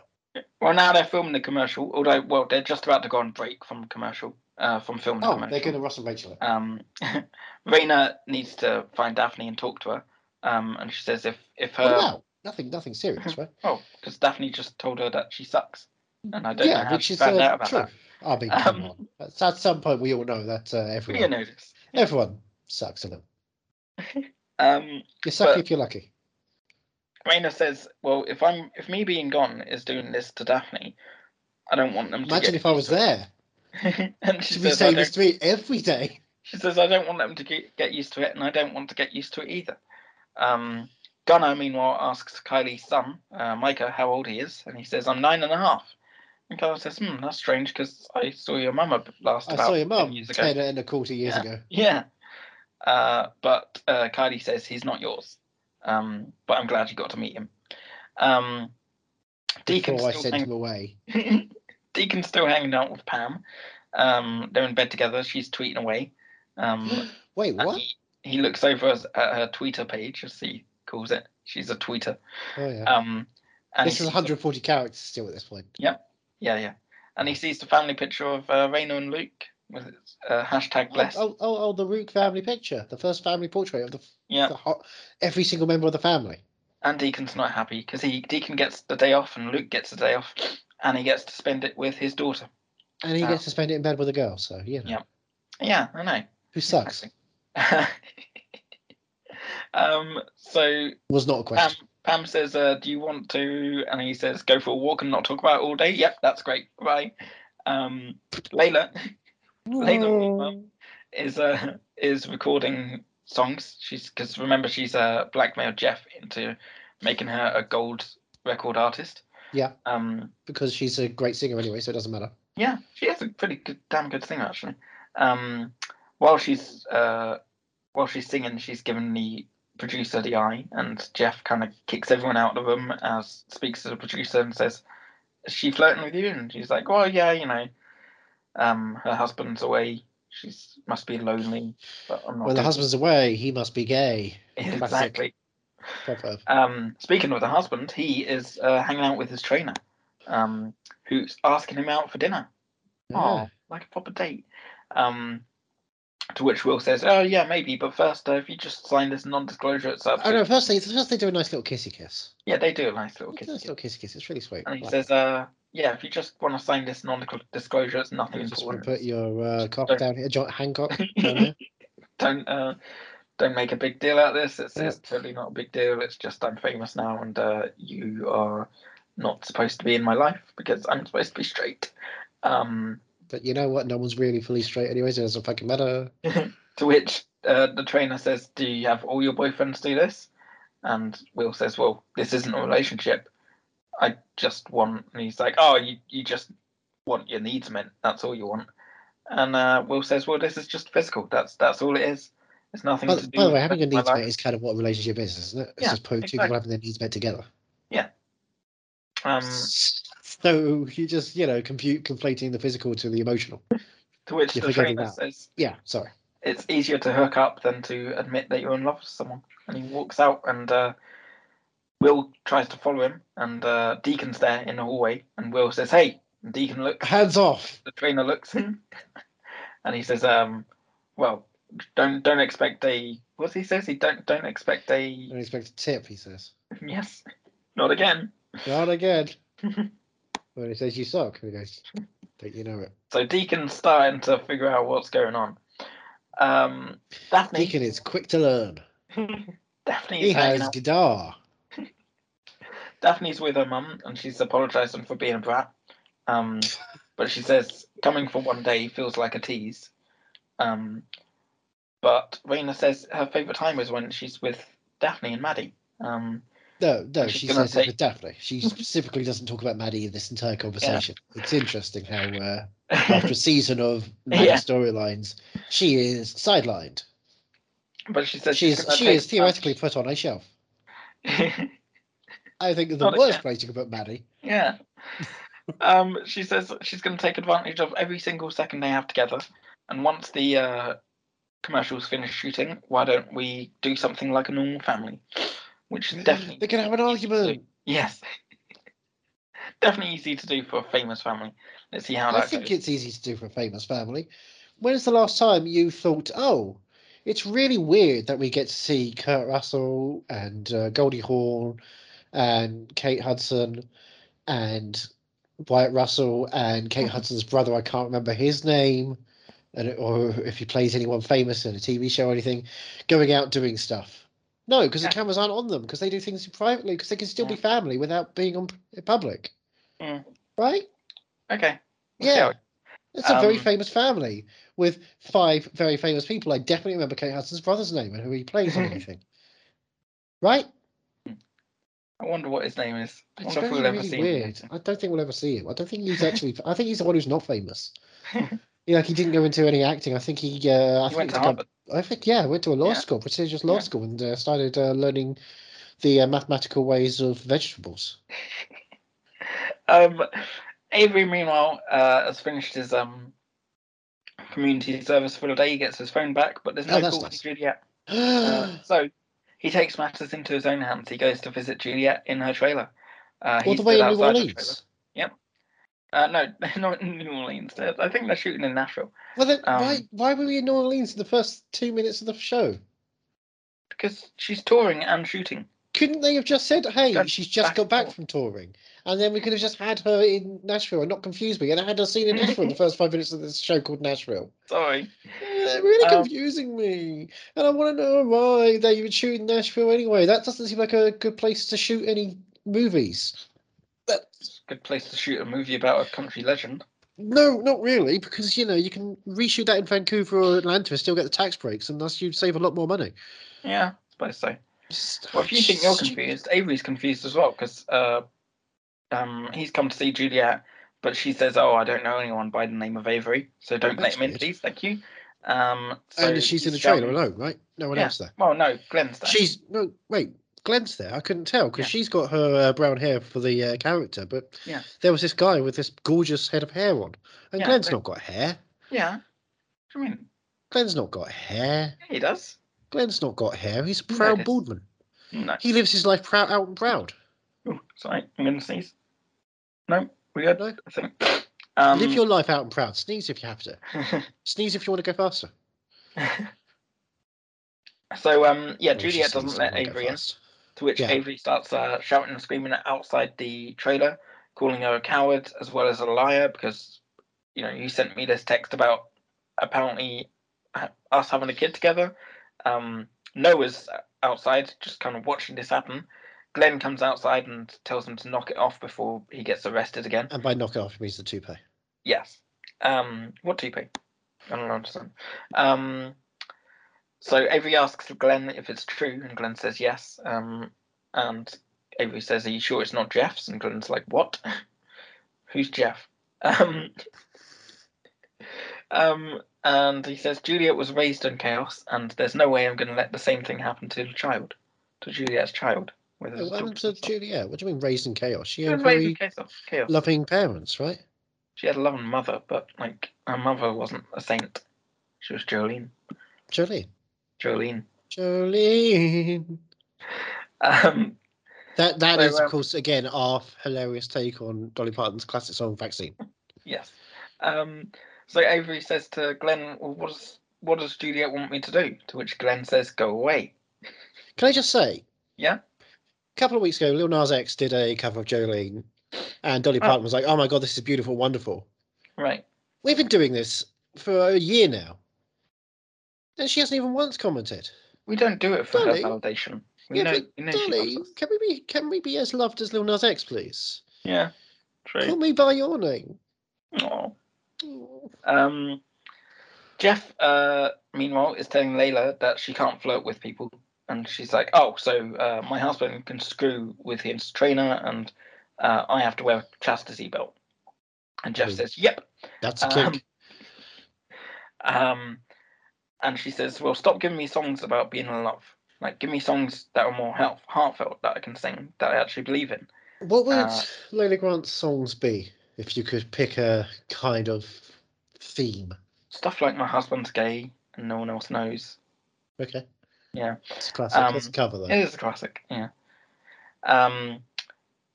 Speaker 1: Well, now they're filming the commercial. Although, well, they're just about to go on break from commercial, uh, from filming. the
Speaker 2: Oh,
Speaker 1: commercial.
Speaker 2: they're going to Russ and Rachel.
Speaker 1: Um, Raina needs to find Daphne and talk to her. Um, and she says if if
Speaker 2: Oh,
Speaker 1: her
Speaker 2: wow. Nothing, nothing serious, right?
Speaker 1: oh, because Daphne just told her that she sucks, and I don't know
Speaker 2: yeah,
Speaker 1: how
Speaker 2: which
Speaker 1: she
Speaker 2: is
Speaker 1: found
Speaker 2: uh,
Speaker 1: out about
Speaker 2: true.
Speaker 1: that.
Speaker 2: I mean, come
Speaker 1: Um,
Speaker 2: on. At, at some point, we all know that uh,
Speaker 1: We
Speaker 2: everyone,
Speaker 1: didn't know this.
Speaker 2: everyone sucks a little.
Speaker 1: Um,
Speaker 2: You're sucky
Speaker 1: But-
Speaker 2: if you're lucky.
Speaker 1: Raina says, well, if I'm if me being gone is doing this to Daphne, I don't want them to
Speaker 2: Imagine
Speaker 1: get
Speaker 2: if I was there.
Speaker 1: there. and she
Speaker 2: Should be
Speaker 1: says, I
Speaker 2: saying
Speaker 1: don't
Speaker 2: this to me every day.
Speaker 1: She says, I don't want them to get, get used to it, and I don't want to get used to it either. Um, Gunnar, meanwhile, asks Kylie's son, uh, Micah, how old he is, and he says, I'm nine and a half. And Gunnar says, Hmm, that's strange because I saw your mum ab- last
Speaker 2: I
Speaker 1: about
Speaker 2: saw your
Speaker 1: 10
Speaker 2: mum
Speaker 1: years ago.
Speaker 2: ten and a quarter years ago.
Speaker 1: Yeah. Uh, but uh, Kylie says, He's not yours. Um, but I'm glad you got to meet him. Um, Deacon's
Speaker 2: Before I
Speaker 1: still
Speaker 2: sent
Speaker 1: hang-
Speaker 2: him away.
Speaker 1: Deacon's still hanging out with Pam. Um, they're in bed together. She's tweeting away. Um,
Speaker 2: Wait,
Speaker 1: and
Speaker 2: what?
Speaker 1: He, he looks over as, at her Twitter page, as he calls it. She's a tweeter.
Speaker 2: Oh yeah.
Speaker 1: Um, and
Speaker 2: This
Speaker 1: he sees
Speaker 2: is 140 characters still at this point.
Speaker 1: the- yeah, yeah. And he sees the family picture of uh, Raina and Luke with uh, hashtag
Speaker 2: Oh,
Speaker 1: blessed.
Speaker 2: oh, oh, oh, the Rook family picture, the first family portrait of the,
Speaker 1: Yeah.
Speaker 2: the ho- every single member of the family.
Speaker 1: And Deacon's not happy because he Deacon gets the day off and Luke gets the day off, and he gets to spend it with his daughter.
Speaker 2: And he
Speaker 1: Ah.
Speaker 2: gets to spend it in bed with a girl, so you know,
Speaker 1: Yeah. Yeah, I know.
Speaker 2: who sucks
Speaker 1: um, so
Speaker 2: was not a
Speaker 1: Pam,
Speaker 2: question.
Speaker 1: Pam says, uh, "Do you want to?" And he says, "Go for a walk and not talk about it all day." Yep, that's great. Bye. Um, Layla Later, meanwhile, is uh, is recording songs. She's because remember she's uh, blackmailed Jeff into making her a gold record artist.
Speaker 2: Yeah.
Speaker 1: Um.
Speaker 2: because she's a great singer anyway, so it doesn't matter.
Speaker 1: Yeah, she is a pretty good, damn good singer actually. Um, while she's uh, while she's singing, she's given the producer the eye, and Jeff kind of kicks everyone out of the room as speaks to the producer and says, "Is she flirting with you?" And she's like, "Well, yeah, you know, um, her husband's away. She's must be lonely, but I'm not."
Speaker 2: When the
Speaker 1: doing-
Speaker 2: husband's away, he must be gay.
Speaker 1: exactly.
Speaker 2: Proverb.
Speaker 1: Um, speaking of the husband, he is uh, hanging out with his trainer, um, who's asking him out for dinner.
Speaker 2: Yeah.
Speaker 1: Oh, like a proper date. Um, to which Will says, "Oh yeah, maybe, but first, uh, if you just sign this non-disclosure, it's up."
Speaker 2: Oh no! First they first they do a nice little kissy kiss.
Speaker 1: Yeah, they do a nice little
Speaker 2: Nice
Speaker 1: kiss.
Speaker 2: little kissy kiss. It's really sweet.
Speaker 1: And he
Speaker 2: Like,
Speaker 1: says, "Uh, yeah, if you just want to sign this non-disclosure, it's nothing
Speaker 2: you just want
Speaker 1: important.
Speaker 2: to put your uh, cock
Speaker 1: Don't-
Speaker 2: down here, John Hancock. down here.
Speaker 1: Don't uh, don't make a big deal out of this. It's, it's
Speaker 2: Yep.
Speaker 1: totally not a big deal. It's just I'm famous now, and uh, you are not supposed to be in my life because I'm supposed to be straight." Um,
Speaker 2: But you know what? No one's really fully straight, anyways. It doesn't fucking matter.
Speaker 1: To which uh, the trainer says, Do you have all your boyfriends do this? And Will says, Well, this isn't a relationship. I just want. And he's like, Oh, you, you just want your needs met. That's all you want. And uh, Will says, "Well, this is just physical. That's that's all it is. It's nothing
Speaker 2: By,
Speaker 1: to
Speaker 2: the-
Speaker 1: do."
Speaker 2: by the
Speaker 1: with
Speaker 2: way, having a
Speaker 1: my
Speaker 2: needs
Speaker 1: life."
Speaker 2: met is kind of what a relationship is, isn't it? It's
Speaker 1: Yeah,
Speaker 2: just po- two
Speaker 1: exactly.
Speaker 2: people having their needs met together.
Speaker 1: Um,
Speaker 2: so you just, you know, compute conflating the physical to the emotional.
Speaker 1: to which
Speaker 2: You're
Speaker 1: the
Speaker 2: forgetting
Speaker 1: trainer
Speaker 2: that.
Speaker 1: says,
Speaker 2: Yeah, sorry.
Speaker 1: "It's easier to hook up than to admit that you're in love with someone." And he walks out, and uh, Will tries to follow him, and uh, Deacon's there in the hallway, and Will says, "Hey!" And Deacon looks.
Speaker 2: Hands off.
Speaker 1: the trainer looks in and he says, um, well, don't don't expect a what he says? He don't don't expect
Speaker 2: I
Speaker 1: a
Speaker 2: don't expect a tip, he says.
Speaker 1: yes. Not again.
Speaker 2: Not again. when he says you suck, he goes, don't you know it?
Speaker 1: So Deacon's starting to figure out what's going on. Um Daphne
Speaker 2: Deacon is quick to learn.
Speaker 1: Daphne's
Speaker 2: He
Speaker 1: hanging
Speaker 2: has
Speaker 1: out.
Speaker 2: guitar.
Speaker 1: Daphne's with her mum and she's apologising for being a brat. Um but she says coming for one day feels like a tease. Um but Raina says her favourite time is when she's with Daphne and Maddie. Um
Speaker 2: No, no,
Speaker 1: I'm just
Speaker 2: she
Speaker 1: gonna
Speaker 2: says
Speaker 1: take-
Speaker 2: it with Daphne. She specifically doesn't talk about Maddie in this entire conversation. It's interesting how, uh, after a season of Maddie
Speaker 1: Yeah.
Speaker 2: storylines, she is sidelined.
Speaker 1: But she says
Speaker 2: She's,
Speaker 1: gonna
Speaker 2: she
Speaker 1: take
Speaker 2: is theoretically put on a shelf. I think the
Speaker 1: Not a
Speaker 2: worst
Speaker 1: chance.
Speaker 2: place you could put Maddie.
Speaker 1: yeah. Um, she says she's going to take advantage of every single second they have together, and once the uh, commercials finish shooting, why don't we do something like a normal family? Which is
Speaker 2: They
Speaker 1: definitely
Speaker 2: can have an argument.
Speaker 1: yes, definitely easy to do for a famous family. Let's see how
Speaker 2: I
Speaker 1: that
Speaker 2: think
Speaker 1: goes.
Speaker 2: it's easy to do for a famous family. When is the last time you thought, oh, it's really weird that we get to see Kurt Russell and uh, Goldie Hawn and Kate Hudson and Wyatt Russell and
Speaker 1: Mm-hmm.
Speaker 2: Kate Hudson's brother? I can't remember his name, and or if he plays anyone famous in a TV show or anything, going out doing stuff. No, because
Speaker 1: Yeah.
Speaker 2: the cameras aren't on them because they do things privately because they can still be
Speaker 1: Yeah.
Speaker 2: family without being on in public,
Speaker 1: Mm.
Speaker 2: right?
Speaker 1: Okay. We'll see
Speaker 2: Yeah.
Speaker 1: how it-
Speaker 2: It's a very
Speaker 1: Um,
Speaker 2: famous family with five very famous people. I definitely remember Kate Hudson's brother's name and who he plays and everything. Right?
Speaker 1: I wonder what his name is. I
Speaker 2: It's
Speaker 1: wonder
Speaker 2: very,
Speaker 1: if we'll ever
Speaker 2: really
Speaker 1: see him.
Speaker 2: weird. I don't think we'll ever see him. I don't think he's actually. I think he's the one who's not famous. Yeah, like he didn't go into any acting. I think he. Uh,
Speaker 1: He
Speaker 2: I think
Speaker 1: went to
Speaker 2: he took up-
Speaker 1: Harvard.
Speaker 2: I think yeah, went to a law
Speaker 1: Yeah.
Speaker 2: school, prestigious law
Speaker 1: Yeah.
Speaker 2: school, and uh, started uh, learning the uh, mathematical ways of vegetables.
Speaker 1: Um, Avery, meanwhile, uh, has finished his um community service for the day. He gets his phone back, but there's
Speaker 2: Oh,
Speaker 1: no
Speaker 2: that's
Speaker 1: call
Speaker 2: nice.
Speaker 1: to Juliet. Uh, so he takes matters into his own hands. He goes to visit Juliet in her trailer. Uh,
Speaker 2: All
Speaker 1: he
Speaker 2: the way
Speaker 1: stood
Speaker 2: in New
Speaker 1: outside her
Speaker 2: Orleans.
Speaker 1: trailer. Uh, no, not in New Orleans. They're- I think they're shooting in Nashville
Speaker 2: Well, then
Speaker 1: Um,
Speaker 2: why why were we in New Orleans in the first two minutes of the show?
Speaker 1: because she's touring and shooting.
Speaker 2: Couldn't they have just said, "Hey,
Speaker 1: Go
Speaker 2: she's just
Speaker 1: back
Speaker 2: got
Speaker 1: and
Speaker 2: back
Speaker 1: forth.
Speaker 2: from touring," and then we could have just had her in Nashville and not confused me, and I had her seen in Nashville in the first five minutes of this show called Nashville.
Speaker 1: Sorry.
Speaker 2: They're really
Speaker 1: Um,
Speaker 2: confusing me, and I want to know why they would shoot in Nashville anyway. That doesn't seem like a good place to shoot any movies. But
Speaker 1: Good place to shoot a movie about a country legend.
Speaker 2: no, not really, because you know you can reshoot that in Vancouver or Atlanta and still get the tax breaks, and thus you'd save a lot more money.
Speaker 1: Yeah, I suppose so. Well, if you think you're confused, Avery's confused as well because uh, um, he's come to see Juliet, but she says, "Oh, I don't know anyone by the name of Avery, so don't let
Speaker 2: That's
Speaker 1: him in,
Speaker 2: weird.
Speaker 1: please. Thank you." Um, so
Speaker 2: and she's in the
Speaker 1: he's
Speaker 2: trailer
Speaker 1: shouting-
Speaker 2: alone, right? No one
Speaker 1: Yeah.
Speaker 2: else there.
Speaker 1: Well, no, Glenn's there.
Speaker 2: She's no wait. Glenn's there. I couldn't tell because
Speaker 1: Yeah.
Speaker 2: she's got her uh, brown hair for the uh, character, but
Speaker 1: Yeah.
Speaker 2: there was this guy with this gorgeous head of hair on, and
Speaker 1: Yeah,
Speaker 2: Glenn's
Speaker 1: but-
Speaker 2: not got hair.
Speaker 1: yeah. What do you mean?
Speaker 2: Glenn's not got hair.
Speaker 1: Yeah, he does.
Speaker 2: Glenn's not got hair. He's a
Speaker 1: No,
Speaker 2: proud
Speaker 1: that's-
Speaker 2: bald man.
Speaker 1: No.
Speaker 2: He lives his life proud, out and proud.
Speaker 1: Ooh, sorry, I'm gonna sneeze. No, we good.
Speaker 2: No.
Speaker 1: I think. Um,
Speaker 2: Live your life out and proud. Sneeze if you have to. Sneeze if you want to go faster.
Speaker 1: so um, yeah,
Speaker 2: Or she
Speaker 1: Juliet
Speaker 2: sneezed,
Speaker 1: doesn't
Speaker 2: I
Speaker 1: let
Speaker 2: wanna go
Speaker 1: Avery in.
Speaker 2: fast.
Speaker 1: To which
Speaker 2: Yeah.
Speaker 1: Avery starts uh, shouting and screaming outside the trailer, calling her a coward as well as a liar because, you know, you sent me this text about apparently ha- us having a kid together. Um, Noah's outside, just kind of watching this happen. Glenn comes outside and tells him to knock it off before he gets arrested again.
Speaker 2: And by knock it off means the toupee.
Speaker 1: Yes. Um, what do you pay? I don't understand. Um, so Avery asks Glenn if it's true, and Glenn says yes. Um, and Avery says, "Are you sure it's not Jeff's?" And Glenn's like, "What? Who's Jeff?" Um, um, and he says Juliet was raised in chaos, and there's no way I'm going to let the same thing happen to the child, to Juliet's child. With his
Speaker 2: What happened
Speaker 1: adopted
Speaker 2: to
Speaker 1: son.
Speaker 2: Juliet? What do you mean raised in chaos? She
Speaker 1: She
Speaker 2: had
Speaker 1: was raised in
Speaker 2: very
Speaker 1: chaos. chaos.
Speaker 2: loving parents, right?
Speaker 1: She had a loving mother, but like her mother wasn't a saint. She was Jolene.
Speaker 2: Jolene.
Speaker 1: Jolene.
Speaker 2: Jolene.
Speaker 1: Um,
Speaker 2: That that
Speaker 1: So,
Speaker 2: is,
Speaker 1: um,
Speaker 2: of course, again our hilarious take on Dolly Parton's classic song "Vaccine."
Speaker 1: yes. Um, so Avery says to Glenn, well, what, is, "What does Juliet want me to do?" To which Glenn says, "Go away."
Speaker 2: Can I just say?
Speaker 1: Yeah.
Speaker 2: A couple of weeks ago, Lil Nas X did a cover of Jolene, and Dolly
Speaker 1: Oh.
Speaker 2: Parton was like, "Oh my god, this is beautiful, wonderful."
Speaker 1: Right.
Speaker 2: We've been doing this for a year now, and she hasn't even once commented.
Speaker 1: We don't do it for
Speaker 2: Dolly?
Speaker 1: her validation. We
Speaker 2: yeah,
Speaker 1: know,
Speaker 2: but
Speaker 1: we know she
Speaker 2: Dolly,
Speaker 1: loves us.
Speaker 2: can we be can we be as loved as Lil Nas X, please?
Speaker 1: Yeah.
Speaker 2: Call
Speaker 1: True.
Speaker 2: me by your name.
Speaker 1: Aw.
Speaker 2: Oh,
Speaker 1: Um, Jeff, uh, meanwhile, is telling Layla that she can't flirt with people, and she's like, "Oh, so uh, my husband can screw with his trainer, and uh, I have to wear a chastity belt." And Jeff
Speaker 2: Hmm.
Speaker 1: says, "Yep."
Speaker 2: That's a
Speaker 1: Um,
Speaker 2: kick.
Speaker 1: um, and she says, "Well, stop giving me songs about being in love. Like, give me songs that are more health, heartfelt that I can sing, that I actually believe in."
Speaker 2: What would
Speaker 1: uh,
Speaker 2: Lola Grant's songs be if you could pick a kind of theme?
Speaker 1: Stuff like "My husband's gay and no one else knows."
Speaker 2: Okay.
Speaker 1: Yeah.
Speaker 2: It's a classic.
Speaker 1: Um,
Speaker 2: it's a cover though.
Speaker 1: It is a classic, yeah. Um,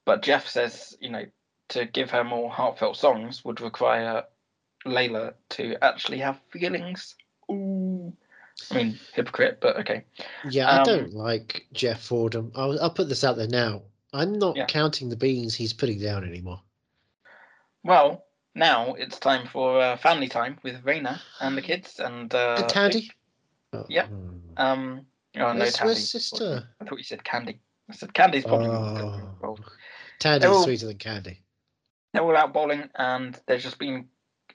Speaker 1: but Jeff says, you know, to give her more heartfelt songs would require Layla to actually have feelings. Ooh. I mean, hypocrite, but okay.
Speaker 2: Yeah, I
Speaker 1: um,
Speaker 2: don't like Jeff Fordham. I'll, I'll put this out there now. I'm not
Speaker 1: Yeah.
Speaker 2: counting the beans he's putting down anymore.
Speaker 1: Well, now it's time for uh, family time with Raina and the kids and. Uh,
Speaker 2: and Tandy? Oh,
Speaker 1: yep.
Speaker 2: mm.
Speaker 1: Um, oh, no,
Speaker 2: Where's-
Speaker 1: Tandy.
Speaker 2: where's sister?
Speaker 1: I thought you said Candy. I said Candy's probably.
Speaker 2: Oh.
Speaker 1: Oh.
Speaker 2: Tandy's
Speaker 1: Oh.
Speaker 2: sweeter than Candy.
Speaker 1: they're all out bowling and they're just being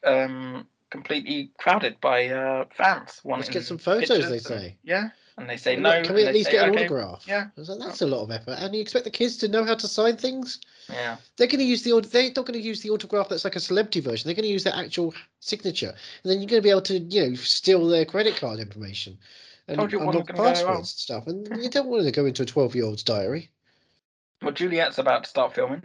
Speaker 1: um, completely crowded by uh, fans. wanting
Speaker 2: Let's get some photos,
Speaker 1: pictures
Speaker 2: they
Speaker 1: and-
Speaker 2: say.
Speaker 1: yeah, and they say
Speaker 2: Look,
Speaker 1: no.
Speaker 2: Can we
Speaker 1: and
Speaker 2: at
Speaker 1: they
Speaker 2: least
Speaker 1: say,
Speaker 2: get an
Speaker 1: "Okay."
Speaker 2: autograph?
Speaker 1: yeah. Oh.
Speaker 2: I was like, that's a lot of effort. And you expect the kids to know how to sign things?
Speaker 1: Yeah,
Speaker 2: They're going to use the aut- they're not going to use the autograph that's like a celebrity version. They're going to use their actual signature, and then you're going to be able to you know steal their credit card information and
Speaker 1: Told you it wasn't
Speaker 2: unlock
Speaker 1: gonna go
Speaker 2: passwords
Speaker 1: well.
Speaker 2: and stuff. And you don't want to go into a twelve year old's diary.
Speaker 1: well, Juliet's about to start filming.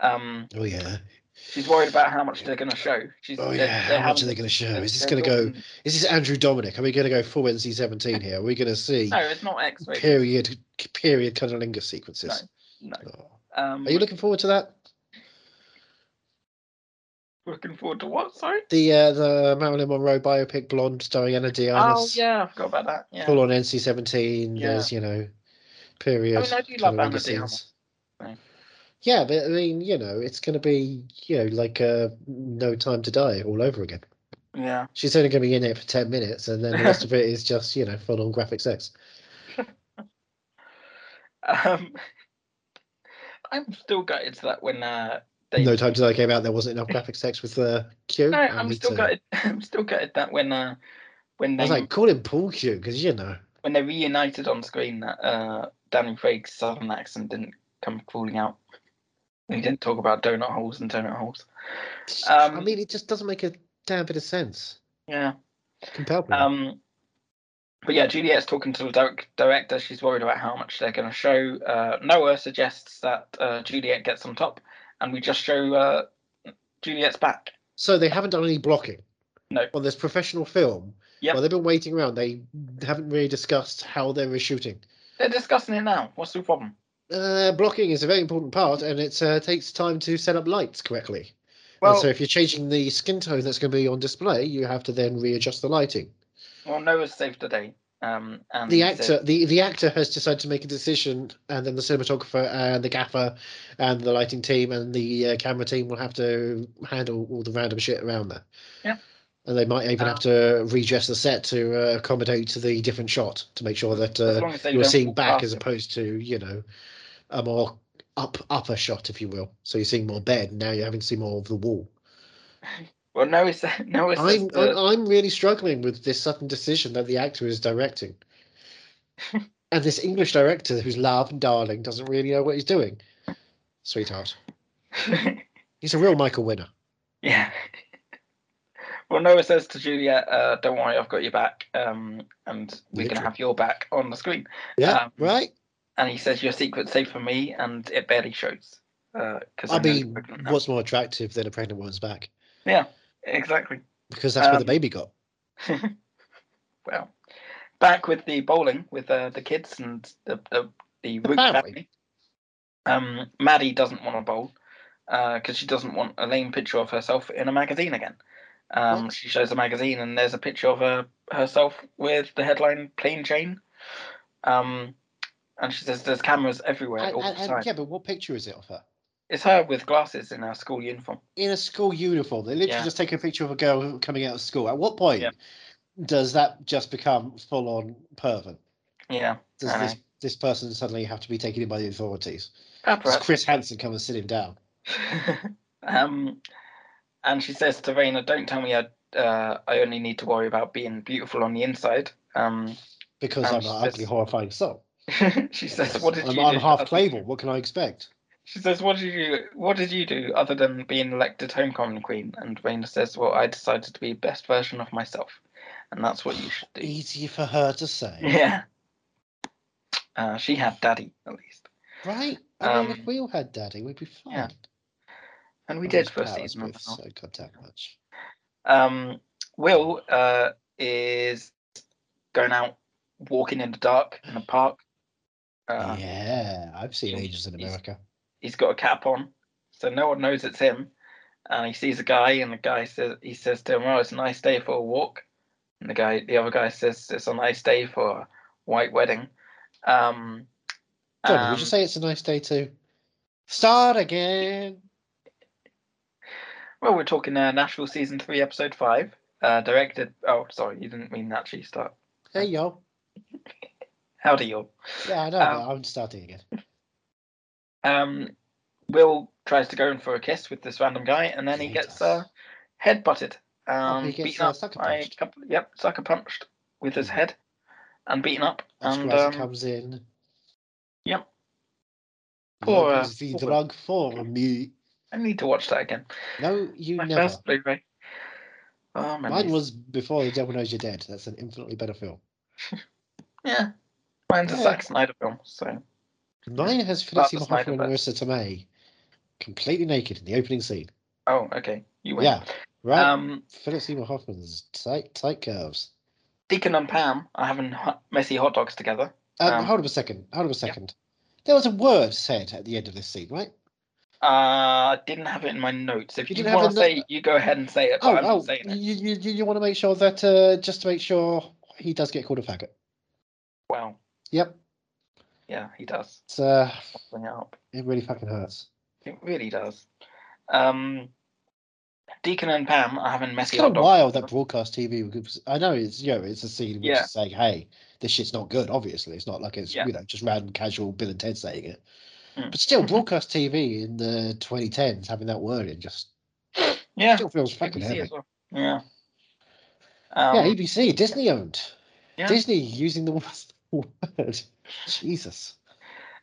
Speaker 1: Um,
Speaker 2: Oh yeah,
Speaker 1: she's worried about how much they're going to show. She's,
Speaker 2: oh
Speaker 1: they're-
Speaker 2: yeah.
Speaker 1: they're
Speaker 2: How much are
Speaker 1: having-
Speaker 2: they going to show?
Speaker 1: they're-
Speaker 2: Is this
Speaker 1: they're
Speaker 2: going to go?
Speaker 1: talking-
Speaker 2: Is this Andrew Dominic? Are we going to go full NC-17 here? Are we going to see
Speaker 1: No, it's not X rated.
Speaker 2: period period cunnilingus sequences?
Speaker 1: No.
Speaker 2: Oh.
Speaker 1: Um,
Speaker 2: Are you looking forward to that?
Speaker 1: looking forward to what? Sorry.
Speaker 2: The uh, the Marilyn Monroe biopic, Blonde, starring Anna de
Speaker 1: Oh
Speaker 2: Armas.
Speaker 1: yeah, I forgot about that. Yeah.
Speaker 2: full on NC seventeen.
Speaker 1: Yeah.
Speaker 2: There's you know, period.
Speaker 1: I mean, I do love
Speaker 2: kinda
Speaker 1: Anna
Speaker 2: rugby
Speaker 1: de Armas,
Speaker 2: scenes.
Speaker 1: so.
Speaker 2: Yeah, but I mean, you know, it's going to be you know like uh, No Time to Die all over again.
Speaker 1: Yeah.
Speaker 2: She's only going to be in it for ten minutes, and then the rest of it is just you know full on graphic sex.
Speaker 1: Um, I'm still gutted that when uh, they
Speaker 2: No Time to Die came out. There wasn't enough graphic sex with uh, Q.
Speaker 1: No,
Speaker 2: I
Speaker 1: I'm
Speaker 2: need
Speaker 1: still
Speaker 2: to-
Speaker 1: gutted. I'm still gutted that when uh, when
Speaker 2: I
Speaker 1: they
Speaker 2: was like, call him Paul Q because you know.
Speaker 1: when they reunited on screen that uh, Danny Craig's southern accent didn't come crawling out. He didn't talk about donut holes and donut holes. Um,
Speaker 2: I mean, it just doesn't make a damn bit of sense.
Speaker 1: Yeah.
Speaker 2: Compelled. me.
Speaker 1: Um, but yeah, Juliet's talking to the direc- director. She's worried about how much they're going to show. Uh, Noah suggests that uh, Juliet gets on top, and we just show uh, Juliet's back.
Speaker 2: So they haven't done any blocking.
Speaker 1: No.
Speaker 2: On this professional film.
Speaker 1: Yep.
Speaker 2: While they've been waiting around, they haven't really discussed how they were shooting.
Speaker 1: They're discussing it now. What's the problem?
Speaker 2: Uh, blocking is a very important part, and it uh, takes time to set up lights correctly.
Speaker 1: Well,
Speaker 2: and so if you're changing the skin tone that's going to be on display, you have to then readjust the lighting.
Speaker 1: well, Noah's saved the day. Um, and
Speaker 2: The
Speaker 1: he says-
Speaker 2: actor, the, the actor has decided to make a decision, and then the cinematographer and the gaffer, and the lighting team and the uh, camera team will have to handle all the random shit around there.
Speaker 1: Yeah.
Speaker 2: And they might even
Speaker 1: Um,
Speaker 2: have to redress the set to uh, accommodate to the different shot to make sure that
Speaker 1: as
Speaker 2: uh,
Speaker 1: long as they
Speaker 2: you're
Speaker 1: don't
Speaker 2: seeing
Speaker 1: walk
Speaker 2: back
Speaker 1: past
Speaker 2: as
Speaker 1: him.
Speaker 2: opposed to you know a more up upper shot if you will so you're seeing more bed now you're having to see more of the wall
Speaker 1: Well, Noah said Noah says
Speaker 2: i'm
Speaker 1: that-
Speaker 2: I'm, I'm really struggling with this sudden decision that the actor is directing and this english director who's love and darling doesn't really know what he's doing sweetheart he's a real michael winner
Speaker 1: Yeah. well, Noah says to Julia, uh, "Don't worry, I've got your back, um, and we can
Speaker 2: Literally.
Speaker 1: have your back on the screen."
Speaker 2: Yeah,
Speaker 1: Um,
Speaker 2: right.
Speaker 1: And he says, "Your secret's safe for me, and it barely shows." uh, Because
Speaker 2: I mean, what's more attractive than a pregnant woman's back?
Speaker 1: exactly.
Speaker 2: Because that's where the
Speaker 1: Um,
Speaker 2: baby got.
Speaker 1: Well, back with the bowling with uh, the kids and the the, the, Rook
Speaker 2: family.
Speaker 1: family. Um, Maddie doesn't want to bowl because she doesn't want a lame picture of herself in a magazine again. Um,
Speaker 2: What?
Speaker 1: she shows a magazine and there's a picture of her herself with the headline "Plain Jane," um, and she says there's cameras everywhere
Speaker 2: And,
Speaker 1: all
Speaker 2: and-
Speaker 1: the
Speaker 2: and
Speaker 1: time.
Speaker 2: yeah, but what picture is it of her?
Speaker 1: It's her with glasses in her school uniform.
Speaker 2: In a school uniform. They literally
Speaker 1: Yeah.
Speaker 2: just take a picture of a girl coming out of school. At what point
Speaker 1: Yeah.
Speaker 2: does that just become full on pervert?
Speaker 1: Yeah,
Speaker 2: Does
Speaker 1: I
Speaker 2: this,
Speaker 1: know.
Speaker 2: this person suddenly have to be taken in by the authorities? Does
Speaker 1: Paparazzi.
Speaker 2: Chris Hansen come and sit him down?
Speaker 1: um, and she says to Raina, "Don't tell me I uh, I only need to worry about being beautiful on the inside." Um,
Speaker 2: Because
Speaker 1: Um,
Speaker 2: I'm an ugly,
Speaker 1: this-
Speaker 2: horrifying soul.
Speaker 1: she says, "What did
Speaker 2: I'm,
Speaker 1: you
Speaker 2: I'm
Speaker 1: do
Speaker 2: half
Speaker 1: other-
Speaker 2: Claymore. What can I expect?
Speaker 1: She says, "What did you What did you do other than being elected homecoming queen?" And Raina says, "Well, I decided to be best version of myself, and that's what you should do."
Speaker 2: Easy for her to say,
Speaker 1: Yeah. Uh, she had daddy at least,
Speaker 2: right? I mean,
Speaker 1: Um,
Speaker 2: if we all had daddy, we'd be fine.
Speaker 1: yeah. and we
Speaker 2: I
Speaker 1: did
Speaker 2: miss
Speaker 1: for a
Speaker 2: Paris
Speaker 1: season. and a
Speaker 2: with
Speaker 1: half.
Speaker 2: so goddamn much.
Speaker 1: Um, Will uh, is going out walking in the dark in a park. Uh,
Speaker 2: yeah, I've seen
Speaker 1: he's-
Speaker 2: Ages in
Speaker 1: he's-
Speaker 2: America.
Speaker 1: He's got a cap on, so no one knows it's him. And he sees a guy, and the guy says he says to him, "Oh, it's a nice day for a walk." And the guy, the other guy says, "It's a nice day for a white wedding." Um,
Speaker 2: John,
Speaker 1: um,
Speaker 2: would you say it's a nice day to start again?
Speaker 1: Well, we're talking uh, Nashville season three, episode five, uh, directed. Oh, sorry, you didn't mean actually start.
Speaker 2: Hey yo,
Speaker 1: Howdy, y'all.
Speaker 2: yeah, I know.
Speaker 1: Um,
Speaker 2: but I'm starting again.
Speaker 1: um, Will tries to go in for a kiss with this random guy, and then he
Speaker 2: Jesus.
Speaker 1: gets uh, head butted, um,
Speaker 2: he gets,
Speaker 1: beaten
Speaker 2: uh,
Speaker 1: up
Speaker 2: sucker
Speaker 1: by a
Speaker 2: punched.
Speaker 1: couple- yep, sucker punched with his
Speaker 2: Hmm.
Speaker 1: head, and beaten up,
Speaker 2: Oscar
Speaker 1: and
Speaker 2: Isaac
Speaker 1: um,
Speaker 2: comes in.
Speaker 1: yep.
Speaker 2: Love
Speaker 1: Poor, uh,
Speaker 2: is the
Speaker 1: poor-
Speaker 2: drug for me.
Speaker 1: I need to watch that again.
Speaker 2: No, you
Speaker 1: My
Speaker 2: never.
Speaker 1: first Blu-ray. Oh,
Speaker 2: Mine
Speaker 1: memories.
Speaker 2: was before the devil knows you're dead. That's an infinitely better film.
Speaker 1: yeah. Mine's a
Speaker 2: Yeah.
Speaker 1: Zack Snyder film, so
Speaker 2: Mine has Felicity
Speaker 1: Barbra
Speaker 2: Mohoffman and
Speaker 1: Streisand.
Speaker 2: Marissa Tomei completely naked in the opening scene.
Speaker 1: oh, okay, you win.
Speaker 2: Yeah, right.
Speaker 1: Um,
Speaker 2: Felicity Mohoffman's tight, tight curves.
Speaker 1: Deacon and Pam are having hot, messy hot dogs together.
Speaker 2: Um,
Speaker 1: Um,
Speaker 2: hold on a second. Hold on a second. There was a word said at the end of this scene, right?
Speaker 1: Uh, I didn't have it in my notes. If
Speaker 2: You
Speaker 1: you,
Speaker 2: didn't have
Speaker 1: want
Speaker 2: it
Speaker 1: to
Speaker 2: in
Speaker 1: say,
Speaker 2: the-
Speaker 1: you go ahead and say it. But
Speaker 2: Oh,
Speaker 1: I'm
Speaker 2: oh,
Speaker 1: not saying eh? it.
Speaker 2: you, you, you, you want to make sure that uh, just to make sure he does get called a faggot.
Speaker 1: Wow.
Speaker 2: Yep.
Speaker 1: Yeah, he does.
Speaker 2: It's, uh,
Speaker 1: Bring it up.
Speaker 2: it really fucking hurts.
Speaker 1: It really does. Um, Deacon and Pam are having
Speaker 2: It's
Speaker 1: messy
Speaker 2: kind
Speaker 1: hot
Speaker 2: of
Speaker 1: dogs.
Speaker 2: wild that broadcast TV. would give- I know it's you know it's a scene which
Speaker 1: Yeah.
Speaker 2: is saying, "Hey, this shit's not good." Obviously, it's not like it's
Speaker 1: Yeah.
Speaker 2: you know just random casual Bill and Ted saying it.
Speaker 1: Mm.
Speaker 2: But still, broadcast TV in the 2010s having that word in just
Speaker 1: Yeah.
Speaker 2: still feels fucking
Speaker 1: ABC
Speaker 2: heavy.
Speaker 1: as well. Yeah. Um,
Speaker 2: yeah, ABC, Disney owned.
Speaker 1: yeah.
Speaker 2: Disney using the word. Jesus.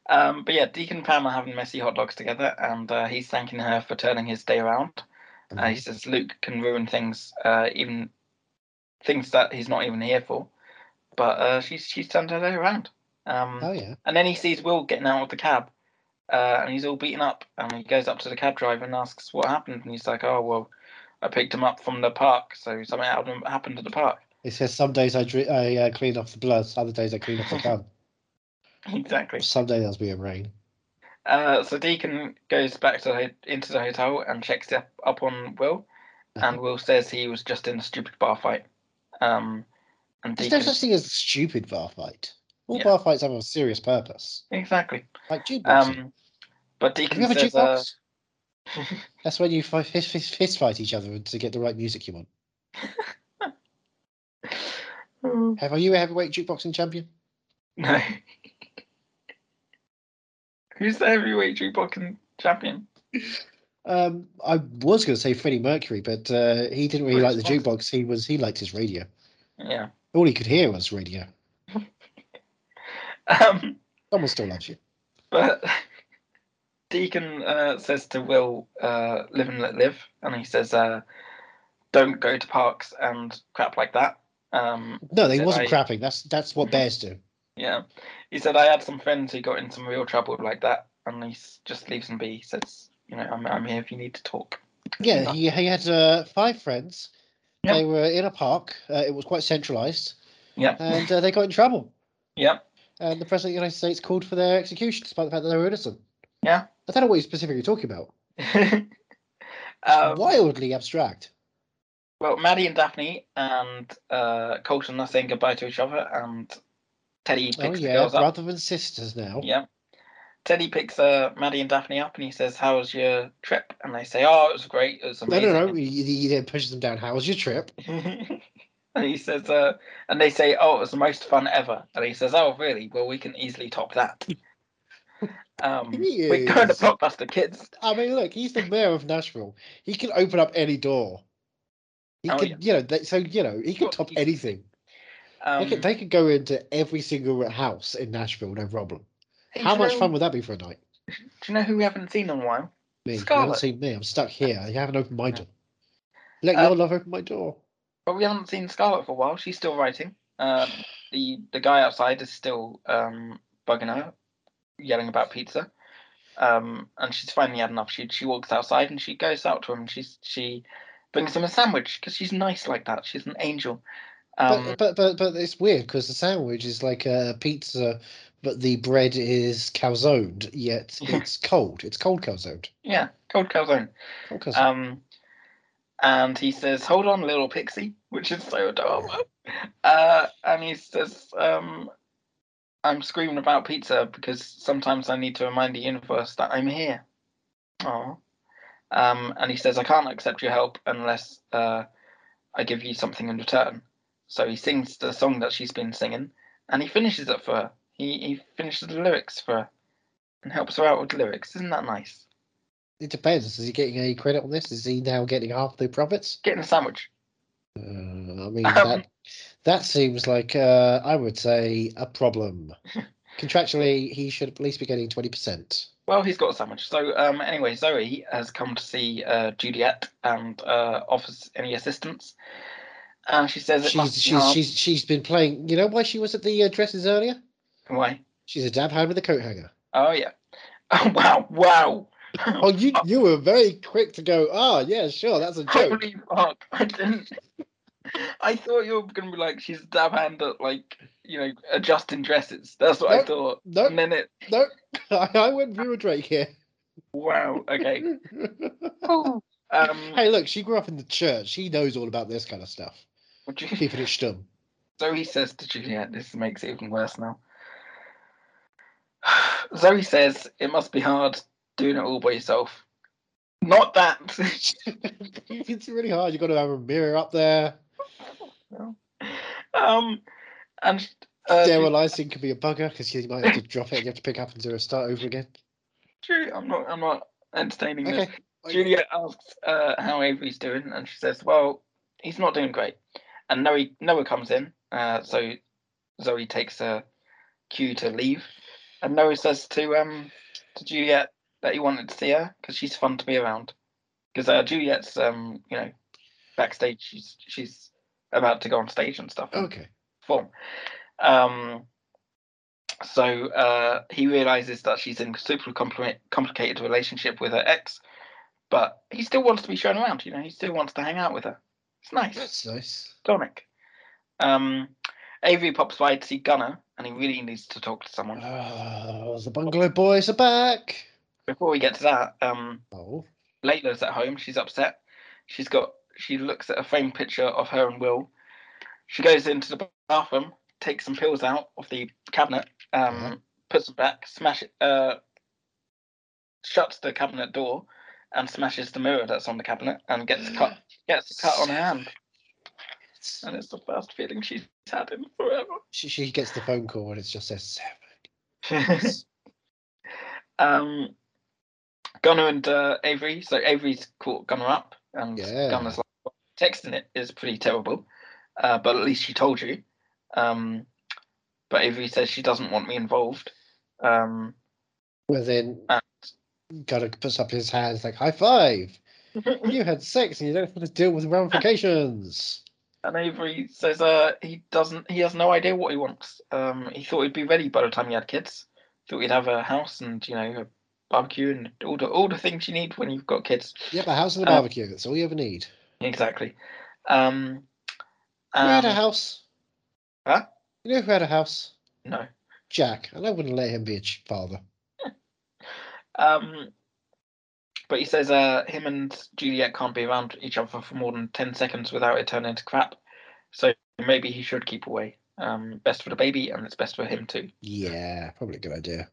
Speaker 1: um, but yeah, Deacon and Pam are having messy hot dogs together, and uh, he's thanking her for turning his day around.
Speaker 2: Um,
Speaker 1: Uh, he says Luke can ruin things, uh, even things that he's not even here for. But uh, she's she's turned her day around. Um,
Speaker 2: Oh yeah.
Speaker 1: And then he sees Will getting out of the cab, uh, and he's all beaten up. And he goes up to the cab driver and asks what happened. And he's like, "Oh well, I picked him up from the park, so something happened happened at the park."
Speaker 2: It says some days I dri- I uh, clean off the blood, other days I clean off the cum.
Speaker 1: exactly.
Speaker 2: some days there's be a rain.
Speaker 1: Uh, so Deacon goes back to the, ho- into the hotel and checks up, up on Will,
Speaker 2: Uh-huh.
Speaker 1: and Will says he was just in a stupid bar fight. Um, and
Speaker 2: There's
Speaker 1: Deacon
Speaker 2: no such thing as a stupid bar fight. All
Speaker 1: Yeah.
Speaker 2: bar fights have a serious purpose.
Speaker 1: exactly.
Speaker 2: Like jukeboxing.
Speaker 1: Um, but
Speaker 2: Have you
Speaker 1: Deacon
Speaker 2: ever
Speaker 1: says, uh,
Speaker 2: jukebox? That's when you fi- fist, fist, fist fight each other to get the right music you want. Have are you a heavyweight jukeboxing champion?
Speaker 1: uh, "No." Who's the heavyweight jukeboxing champion?
Speaker 2: Um, I was going to say Freddie Mercury, but uh, he didn't really
Speaker 1: Well,
Speaker 2: like the
Speaker 1: it's
Speaker 2: jukebox. He was he liked his radio.
Speaker 1: Yeah.
Speaker 2: All he could hear was radio.
Speaker 1: Um,
Speaker 2: Someone still loves you.
Speaker 1: but Deacon uh, says to Will, uh, "Live and let live," and he says, uh, "Don't go to parks and crap like that." Um,
Speaker 2: No, they
Speaker 1: Said
Speaker 2: wasn't
Speaker 1: I-
Speaker 2: crapping. That's that's what bears do.
Speaker 1: yeah, he said I had some friends who got in some real trouble like that, and he s- just leaves them be. He says, "You know, I'm I'm here if you need to talk."
Speaker 2: Yeah, he, he had uh, five friends.
Speaker 1: Yeah.
Speaker 2: They were in a park. Uh, it was quite centralized,
Speaker 1: Yeah,
Speaker 2: and uh, they got in trouble.
Speaker 1: yeah,
Speaker 2: And the president of the United States called for their execution, despite the fact that they were innocent.
Speaker 1: Yeah.
Speaker 2: I don't know what he's specifically talking about.
Speaker 1: um,
Speaker 2: Wildly abstract.
Speaker 1: Well, Maddie and Daphne and uh, Colton are saying goodbye to each other, and Teddy
Speaker 2: Oh
Speaker 1: picks the
Speaker 2: yeah,
Speaker 1: girls up.
Speaker 2: brother and sisters now.
Speaker 1: Yeah. Teddy picks uh, Maddie and Daphne up, and he says, "How was your trip?" And they say, "Oh, it was great. It was
Speaker 2: No,
Speaker 1: amazing."
Speaker 2: no, no. He, he then pushes them down. How was your trip?
Speaker 1: no. and he says, uh, "And they say, oh, it was the most fun ever." And he says, "Oh, really? Well, we can easily top that." um,
Speaker 2: He
Speaker 1: we're going to
Speaker 2: is.
Speaker 1: blockbuster, kids.
Speaker 2: I mean, look, he's the mayor of Nashville. He can open up any door. He
Speaker 1: Oh,
Speaker 2: can,
Speaker 1: yeah.
Speaker 2: you know, that, so you know, he can
Speaker 1: Well,
Speaker 2: top
Speaker 1: he's-
Speaker 2: anything.
Speaker 1: Um,
Speaker 2: they, could, they could go into every single house in Nashville, no problem.
Speaker 1: hey,
Speaker 2: How
Speaker 1: do you
Speaker 2: much
Speaker 1: know-
Speaker 2: fun would that be for a night?
Speaker 1: Do you know who we haven't seen in a while?
Speaker 2: Me, you haven't
Speaker 1: Scarlet.
Speaker 2: seen me. I'm stuck here. You haven't opened my door. Let
Speaker 1: Uh,
Speaker 2: your love open my door.
Speaker 1: But we haven't seen Scarlet for a while. She's still writing. Um, the the guy outside is still um, bugging her, yelling about pizza. Um, and she's finally had enough. She she walks outside and she goes out to him. And she's she brings him a sandwich because she's nice like that. She's an angel. Um,
Speaker 2: but, but but but it's weird because the sandwich is like a pizza, but the bread is calzone. Yet
Speaker 1: Yeah.
Speaker 2: it's cold. It's cold calzone.
Speaker 1: yeah, cold calzone.
Speaker 2: Cold calzone.
Speaker 1: Um, and he says, "Hold on, little pixie," which is so adorable. Uh, and he says, um, "I'm screaming about pizza because sometimes I need to remind the universe that I'm here." Oh. Um, and he says, "I can't accept your help unless uh, I give you something in return." So he sings the song that she's been singing, and he finishes it for her. He he finishes the lyrics for her, and helps her out with the lyrics. Isn't that nice?
Speaker 2: it depends. Is he getting any credit on this? Is he now getting half the profits?
Speaker 1: Getting a sandwich.
Speaker 2: Uh, I mean
Speaker 1: Um.
Speaker 2: that that seems like uh, I would say a problem. Contractually, he should at least be getting twenty percent.
Speaker 1: Well, he's got a sandwich. So, um, anyway, Zoe has come to see uh, Juliet and uh, offers any assistance. And she says, it must
Speaker 2: She's
Speaker 1: be
Speaker 2: she's
Speaker 1: hard.
Speaker 2: she's she's been playing. You know why she was at the uh, dresses earlier?
Speaker 1: Why?
Speaker 2: She's a dab hand with a coat hanger.
Speaker 1: Oh, yeah. Oh, wow. Wow.
Speaker 2: Oh, you you were very quick to go. Ah, yeah, sure, that's a joke.
Speaker 1: Holy fuck. I didn't. I thought you were going to be like, she's a dab hand at, like, you know, adjusting dresses. That's what I
Speaker 2: Nope.
Speaker 1: thought.
Speaker 2: Nope.
Speaker 1: And then it,
Speaker 2: Nope, I, I went Vera Drake here.
Speaker 1: wow. Okay. um,
Speaker 2: hey, look, she grew up in the church. She knows all about this kind of stuff.
Speaker 1: would you-
Speaker 2: Keeping it stum.
Speaker 1: Zoe says to Juliet, this makes it even worse now. Zoe says, it must be hard doing it all by yourself. Not that.
Speaker 2: it's really hard. You got to have a mirror up there.
Speaker 1: um, and uh, Ju-
Speaker 2: Sterilizing can be a bugger because you might have to drop it and you have to pick up and do a start over again.
Speaker 1: Ju- I'm not, I'm not entertaining this.
Speaker 2: Okay.
Speaker 1: Juliet asks uh, how Avery's doing, and she says, "Well, he's not doing great." And Noah, Noah comes in, uh, so Zoe takes a cue to leave, and Noah says to um to Juliet that he wanted to see her because she's fun to be around. Because uh, Juliet's um you know backstage, she's she's about to go on stage and stuff and
Speaker 2: Okay.
Speaker 1: perform. Um, so uh, he realizes that she's in a super compli- complicated relationship with her ex, but he still wants to be shown around. You know, he still wants to hang out with her. It's nice,
Speaker 2: That's nice.
Speaker 1: Dominic. Um, Avery pops by to see Gunner, and he really needs to talk to
Speaker 2: Uh-huh.
Speaker 1: someone.
Speaker 2: Oh, the bungalow boys are back.
Speaker 1: Before we get to that, um,
Speaker 2: Oh.
Speaker 1: Layla's at home. She's upset. She's got. She looks at a framed picture of her and Will. She goes into the bathroom, takes some pills out of the cabinet, um,
Speaker 2: Yeah.
Speaker 1: puts them back, smash it, uh, shuts the cabinet door, and smashes the mirror that's on the cabinet, and gets a cut. Gets a cut on her hand, and it's the first feeling she's had in forever.
Speaker 2: She, she gets the phone call and it's just says seven.
Speaker 1: um, Gunnar and uh, Avery. So Avery's caught Gunnar up, and
Speaker 2: Yeah.
Speaker 1: Gunnar's like, texting it is pretty terrible, uh, but at least she told you. Um, but Avery says she doesn't want me involved. Um,
Speaker 2: Well, then kind of puts up his hands like high five. you had sex and you don't have to deal with ramifications.
Speaker 1: And Avery says uh, he doesn't. He has no idea what he wants. Um, he thought he'd be ready by the time he had kids. Thought he'd have a house and you know a barbecue and all the all the things you need when you've got kids.
Speaker 2: Yep, a house and a
Speaker 1: Um,
Speaker 2: barbecue. That's all you ever need.
Speaker 1: Exactly. Um,
Speaker 2: You know who had a
Speaker 1: um,
Speaker 2: house.
Speaker 1: Huh?
Speaker 2: You know who had a house?
Speaker 1: no.
Speaker 2: Jack. And I wouldn't let him be a ch- father.
Speaker 1: Um, but he says uh, him and Juliet can't be around each other for more than 10 seconds without it turning into crap. So maybe he should keep away. Um, best for the baby, and it's best for him too.
Speaker 2: Yeah, probably a good idea.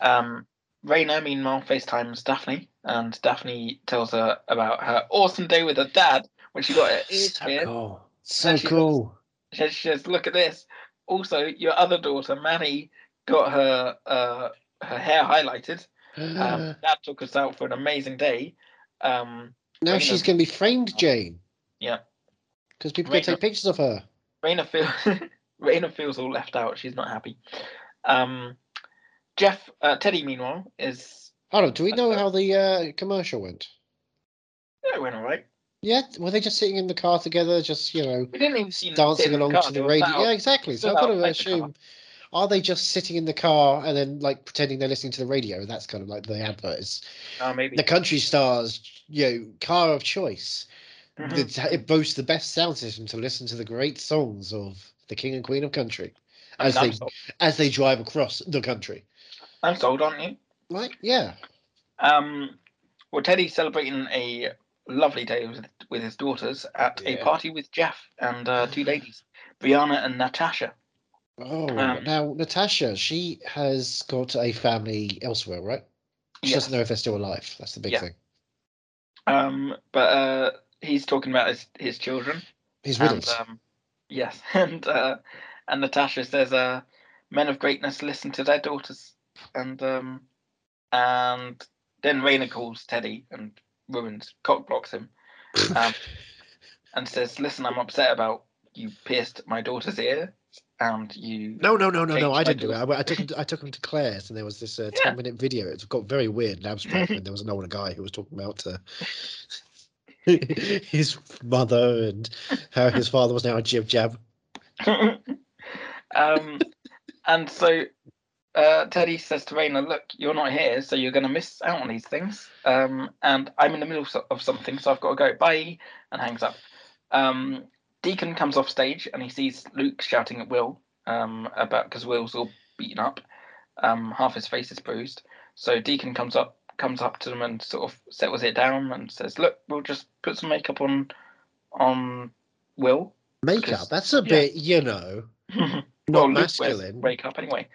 Speaker 1: Um, Raina, meanwhile, FaceTimes Daphne, and Daphne tells her about her awesome day with her dad when she got her ears
Speaker 2: so
Speaker 1: pierced.
Speaker 2: cool. So
Speaker 1: Actually,
Speaker 2: cool.
Speaker 1: She says- she says, "Look at this." Also, your other daughter, Manny, got her uh, her hair highlighted.
Speaker 2: Ah.
Speaker 1: Um, Dad took us out for an amazing day. Um,
Speaker 2: now
Speaker 1: Raina-
Speaker 2: she's going to be framed, Jane.
Speaker 1: Yeah.
Speaker 2: Because people can
Speaker 1: Raina-
Speaker 2: take pictures of her.
Speaker 1: Raina feels Raina feels all left out. She's not happy. Um, Jeff uh, Teddy, meanwhile, is
Speaker 2: Hold on, do we know how the uh, commercial went?
Speaker 1: yeah, it went all right.
Speaker 2: Yeah, were they just sitting in the car together, just, you know,
Speaker 1: We didn't even see them sit in
Speaker 2: dancing along
Speaker 1: car.
Speaker 2: to
Speaker 1: They
Speaker 2: the
Speaker 1: were
Speaker 2: radio?
Speaker 1: sat out-
Speaker 2: Yeah, exactly. So
Speaker 1: stood
Speaker 2: I've got
Speaker 1: out
Speaker 2: to
Speaker 1: like the car.
Speaker 2: assume, are they just sitting in the car and then, like, pretending they're listening to the radio? That's kind of like the advert. It's
Speaker 1: Oh, maybe.
Speaker 2: the country stars, you know, car of choice.
Speaker 1: Mhm.
Speaker 2: It's- It boasts the best sound system to listen to the great songs of the king and queen of country
Speaker 1: I mean,
Speaker 2: as they
Speaker 1: I'm, sold.
Speaker 2: as they drive across the country.
Speaker 1: I'm sold, aren't you?
Speaker 2: Right? Yeah.
Speaker 1: Um, well, Teddy's celebrating a lovely day with, with his daughters at a
Speaker 2: Yeah.
Speaker 1: party with Jeff and uh, two ladies, Brianna and Natasha.
Speaker 2: Oh,
Speaker 1: Um,
Speaker 2: now Natasha, she has got a family elsewhere, right? She
Speaker 1: Yes.
Speaker 2: doesn't know if they're still alive. That's the big
Speaker 1: Yeah.
Speaker 2: thing.
Speaker 1: Um, but uh, he's talking about his, his children.
Speaker 2: He's
Speaker 1: And,
Speaker 2: riddled.
Speaker 1: um, yes, and uh, and Natasha says, uh, "Men of greatness listen to their daughters," and um, and then Raina calls Teddy and ruins cock blocks him, um, and says, "Listen, I'm upset about you pierced my daughter's ear, and you."
Speaker 2: no, no, no, no,
Speaker 1: Change
Speaker 2: no! I
Speaker 1: my
Speaker 2: didn't do it. I, went- I took him. To, I took him to Claire's, and there was this uh,
Speaker 1: Yeah.
Speaker 2: ten-minute video. It got very weird and abstract. and there was an older guy who was talking about uh, his mother and how his father was now a jib jab.
Speaker 1: um, and so uh, Teddy says to Raina, "Look, you're not here, so you're going to miss out on these things. Um, and I'm in the middle so- of something, so I've got to go. Bye." And hangs up. Um, Deacon comes off stage and he sees Luke shouting at Will um, about because Will's all beaten up. Um, half his face is bruised. So Deacon comes up comes up to them and sort of settles it down and says, "Look, we'll just put some makeup on on Will."
Speaker 2: Makeup. That's a bit, you know,
Speaker 1: Well,
Speaker 2: not
Speaker 1: Luke wears
Speaker 2: masculine.
Speaker 1: Makeup anyway.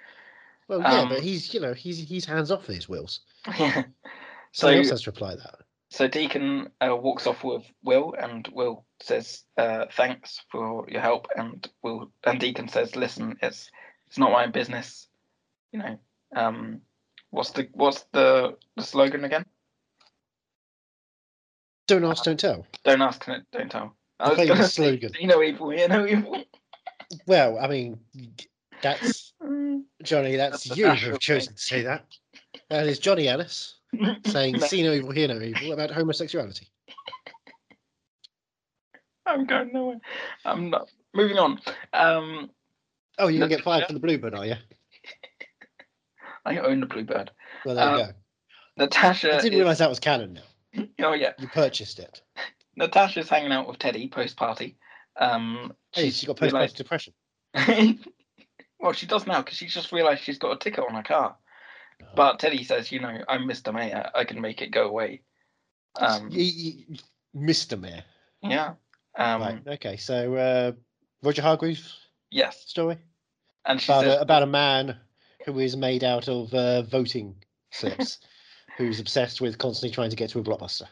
Speaker 2: Well, yeah,
Speaker 1: Um,
Speaker 2: but he's, you know, he's he's hands off his wills.
Speaker 1: Yeah. So
Speaker 2: Someone else has to apply that.
Speaker 1: so Deacon uh, walks off with Will, and Will says, uh, "Thanks for your help." And Will and Deacon says, "Listen, it's it's not my business, you know." Um, what's the what's the, the slogan again?
Speaker 2: Don't ask, don't tell.
Speaker 1: Don't ask, don't don't tell. I
Speaker 2: I
Speaker 1: was
Speaker 2: think
Speaker 1: gonna
Speaker 2: the
Speaker 1: say,
Speaker 2: slogan.
Speaker 1: you know evil, you know evil.
Speaker 2: Well, I mean, that's
Speaker 1: Mm.
Speaker 2: Johnny. That's,
Speaker 1: That's the
Speaker 2: you
Speaker 1: national
Speaker 2: who've chosen to say that. That is Johnny Alice saying,
Speaker 1: No,
Speaker 2: "See no evil, hear no evil" about homosexuality.
Speaker 1: I'm going nowhere. I'm not moving on. Um,
Speaker 2: Oh, you're
Speaker 1: No,
Speaker 2: gonna get fired
Speaker 1: yeah.
Speaker 2: from the Bluebird, are you?
Speaker 1: I own the Bluebird.
Speaker 2: Well, there you
Speaker 1: Um, Natasha.
Speaker 2: go. I didn't
Speaker 1: is-
Speaker 2: realise that was canon. Now
Speaker 1: Oh yeah.
Speaker 2: you purchased it.
Speaker 1: Natasha's hanging out with Teddy post party. Um,
Speaker 2: Hey, she's got postpartum depression.
Speaker 1: realised- well, she does now because she's just realised she's got a ticket on her car. But Teddy says, you know, I'm Mr. Mayor. I can make it go away. Um,
Speaker 2: You- you- Mr. Mayor.
Speaker 1: yeah. Um,
Speaker 2: right. Okay. So uh, Roger Hargreaves
Speaker 1: Yes.
Speaker 2: story
Speaker 1: And she
Speaker 2: about
Speaker 1: says,
Speaker 2: a, about a man who is made out of uh, voting slips, who's obsessed with constantly trying to get to a blockbuster.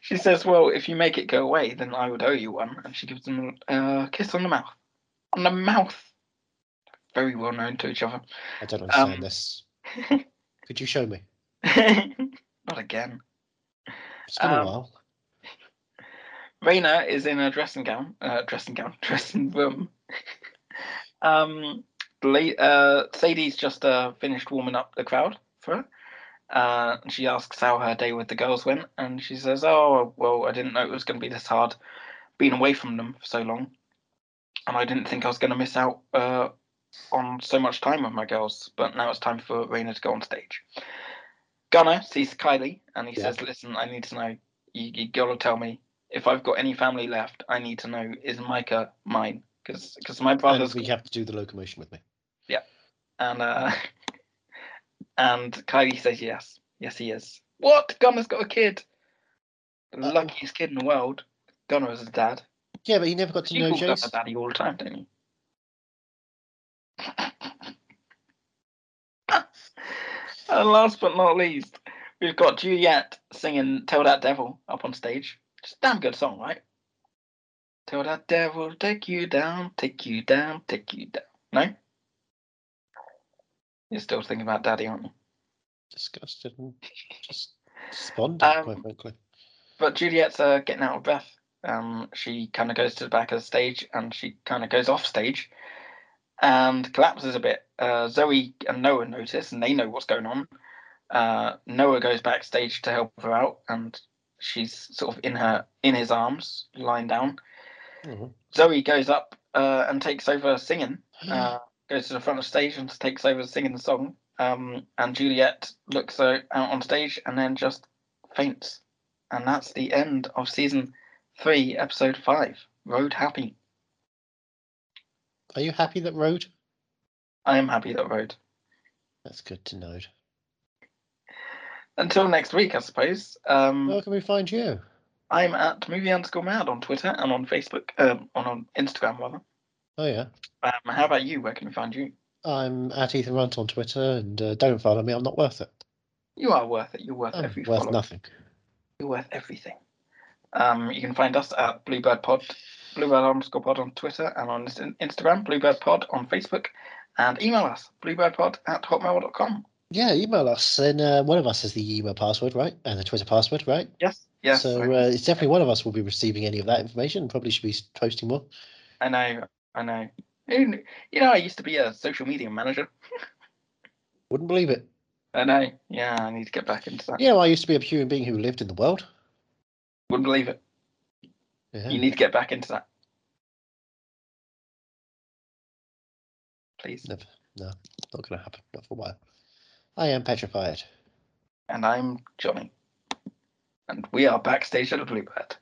Speaker 1: she says, well, if you make it go away, then I would owe you one. And she gives them a kiss on the mouth. On the mouth. Very well known to each other.
Speaker 2: I don't understand
Speaker 1: Um,
Speaker 2: this. Could you show me?
Speaker 1: Not again.
Speaker 2: It's been
Speaker 1: um,
Speaker 2: a while.
Speaker 1: Raina is in a dressing gown, uh, dressing gown, dressing room. um, la- uh, Sadie's just uh, finished warming up the crowd for her. Uh, she asks how her day with the girls went, and she says, "Oh, well, I didn't know it was going to be this hard, being away from them for so long, and I didn't think I was going to miss out uh, on so much time with my girls. But now it's time for Raina to go on stage." Gunnar sees Kylie, and he
Speaker 2: Yeah.
Speaker 1: says, "Listen, I need to know. You, you gotta tell me if I've got any family left. I need to know is Micah mine? Because my
Speaker 2: And
Speaker 1: brother's
Speaker 2: we have to do the locomotion with me.
Speaker 1: and uh, and Kylie says yes, yes he is. What? Gunner's got a kid. The
Speaker 2: Uh,
Speaker 1: luckiest kid in the world. Gunner is his dad.
Speaker 2: Yeah, but he never got to
Speaker 1: You
Speaker 2: know
Speaker 1: call Gunner
Speaker 2: Jason.
Speaker 1: daddy all the time, don't you? and last but not least, we've got Juliet singing "Tell That Devil" up on stage. It's a damn good song, right? Tell that devil, take you down, take you down, take you down. No? You're still thinking about daddy, aren't you?
Speaker 2: Disgusted and just despondent,
Speaker 1: Um,
Speaker 2: quite frankly.
Speaker 1: but Juliet's uh, getting out of breath. Um, she kind of goes to the back of the stage and she kind of goes off stage and collapses a bit. Uh, Zoe and Noah notice and they know what's going on. Uh, Noah goes backstage to help her out and she's sort of in her in his arms, lying down.
Speaker 2: Mhm.
Speaker 1: Zoe goes up uh, and takes over singing. Uh, goes to the front of stage and takes over singing the song. Um, and Juliet looks o- out on stage and then just faints. And that's the end of season three, episode five. Road happy.
Speaker 2: Are you happy that road?
Speaker 1: I am happy that road.
Speaker 2: That's good to know.
Speaker 1: Until next week, I suppose. Um,
Speaker 2: Where can we find you?
Speaker 1: I'm at movie underscore mad on Twitter and on Facebook, um, on on Instagram rather.
Speaker 2: Oh yeah.
Speaker 1: Um, how about you? Where can we find you?
Speaker 2: I'm at Ethan Runt on Twitter, and uh, don't follow me. I'm not worth it.
Speaker 1: You are worth it. You're worth
Speaker 2: I'm
Speaker 1: every
Speaker 2: Oh, worth
Speaker 1: follow.
Speaker 2: nothing.
Speaker 1: You're worth everything. Um, you can find us at Bluebird Pod, Bluebird underscore pod on Twitter and on Inst- Instagram, Bluebird Pod on Facebook, and email us, bluebirdpod at hotmail.com.
Speaker 2: Yeah, email us, and uh, one of us has the email password, right, and the Twitter password, right.
Speaker 1: Yes. Yes.
Speaker 2: So
Speaker 1: I,
Speaker 2: uh, it's definitely one of us will be receiving any of that information. Probably should be posting more.
Speaker 1: I know. I know. Who kn- You know, I used to be a social media manager.
Speaker 2: Wouldn't believe it.
Speaker 1: I know. Yeah, I need to get back into that.
Speaker 2: Yeah, well, I used to be a human being who lived in the world.
Speaker 1: Wouldn't believe it.
Speaker 2: Yeah.
Speaker 1: You need to get back into that. Please.
Speaker 2: Never. No, not going to happen. Not for a while. I am petrified.
Speaker 1: And I'm Johnny. And we are backstage at the Bluebird.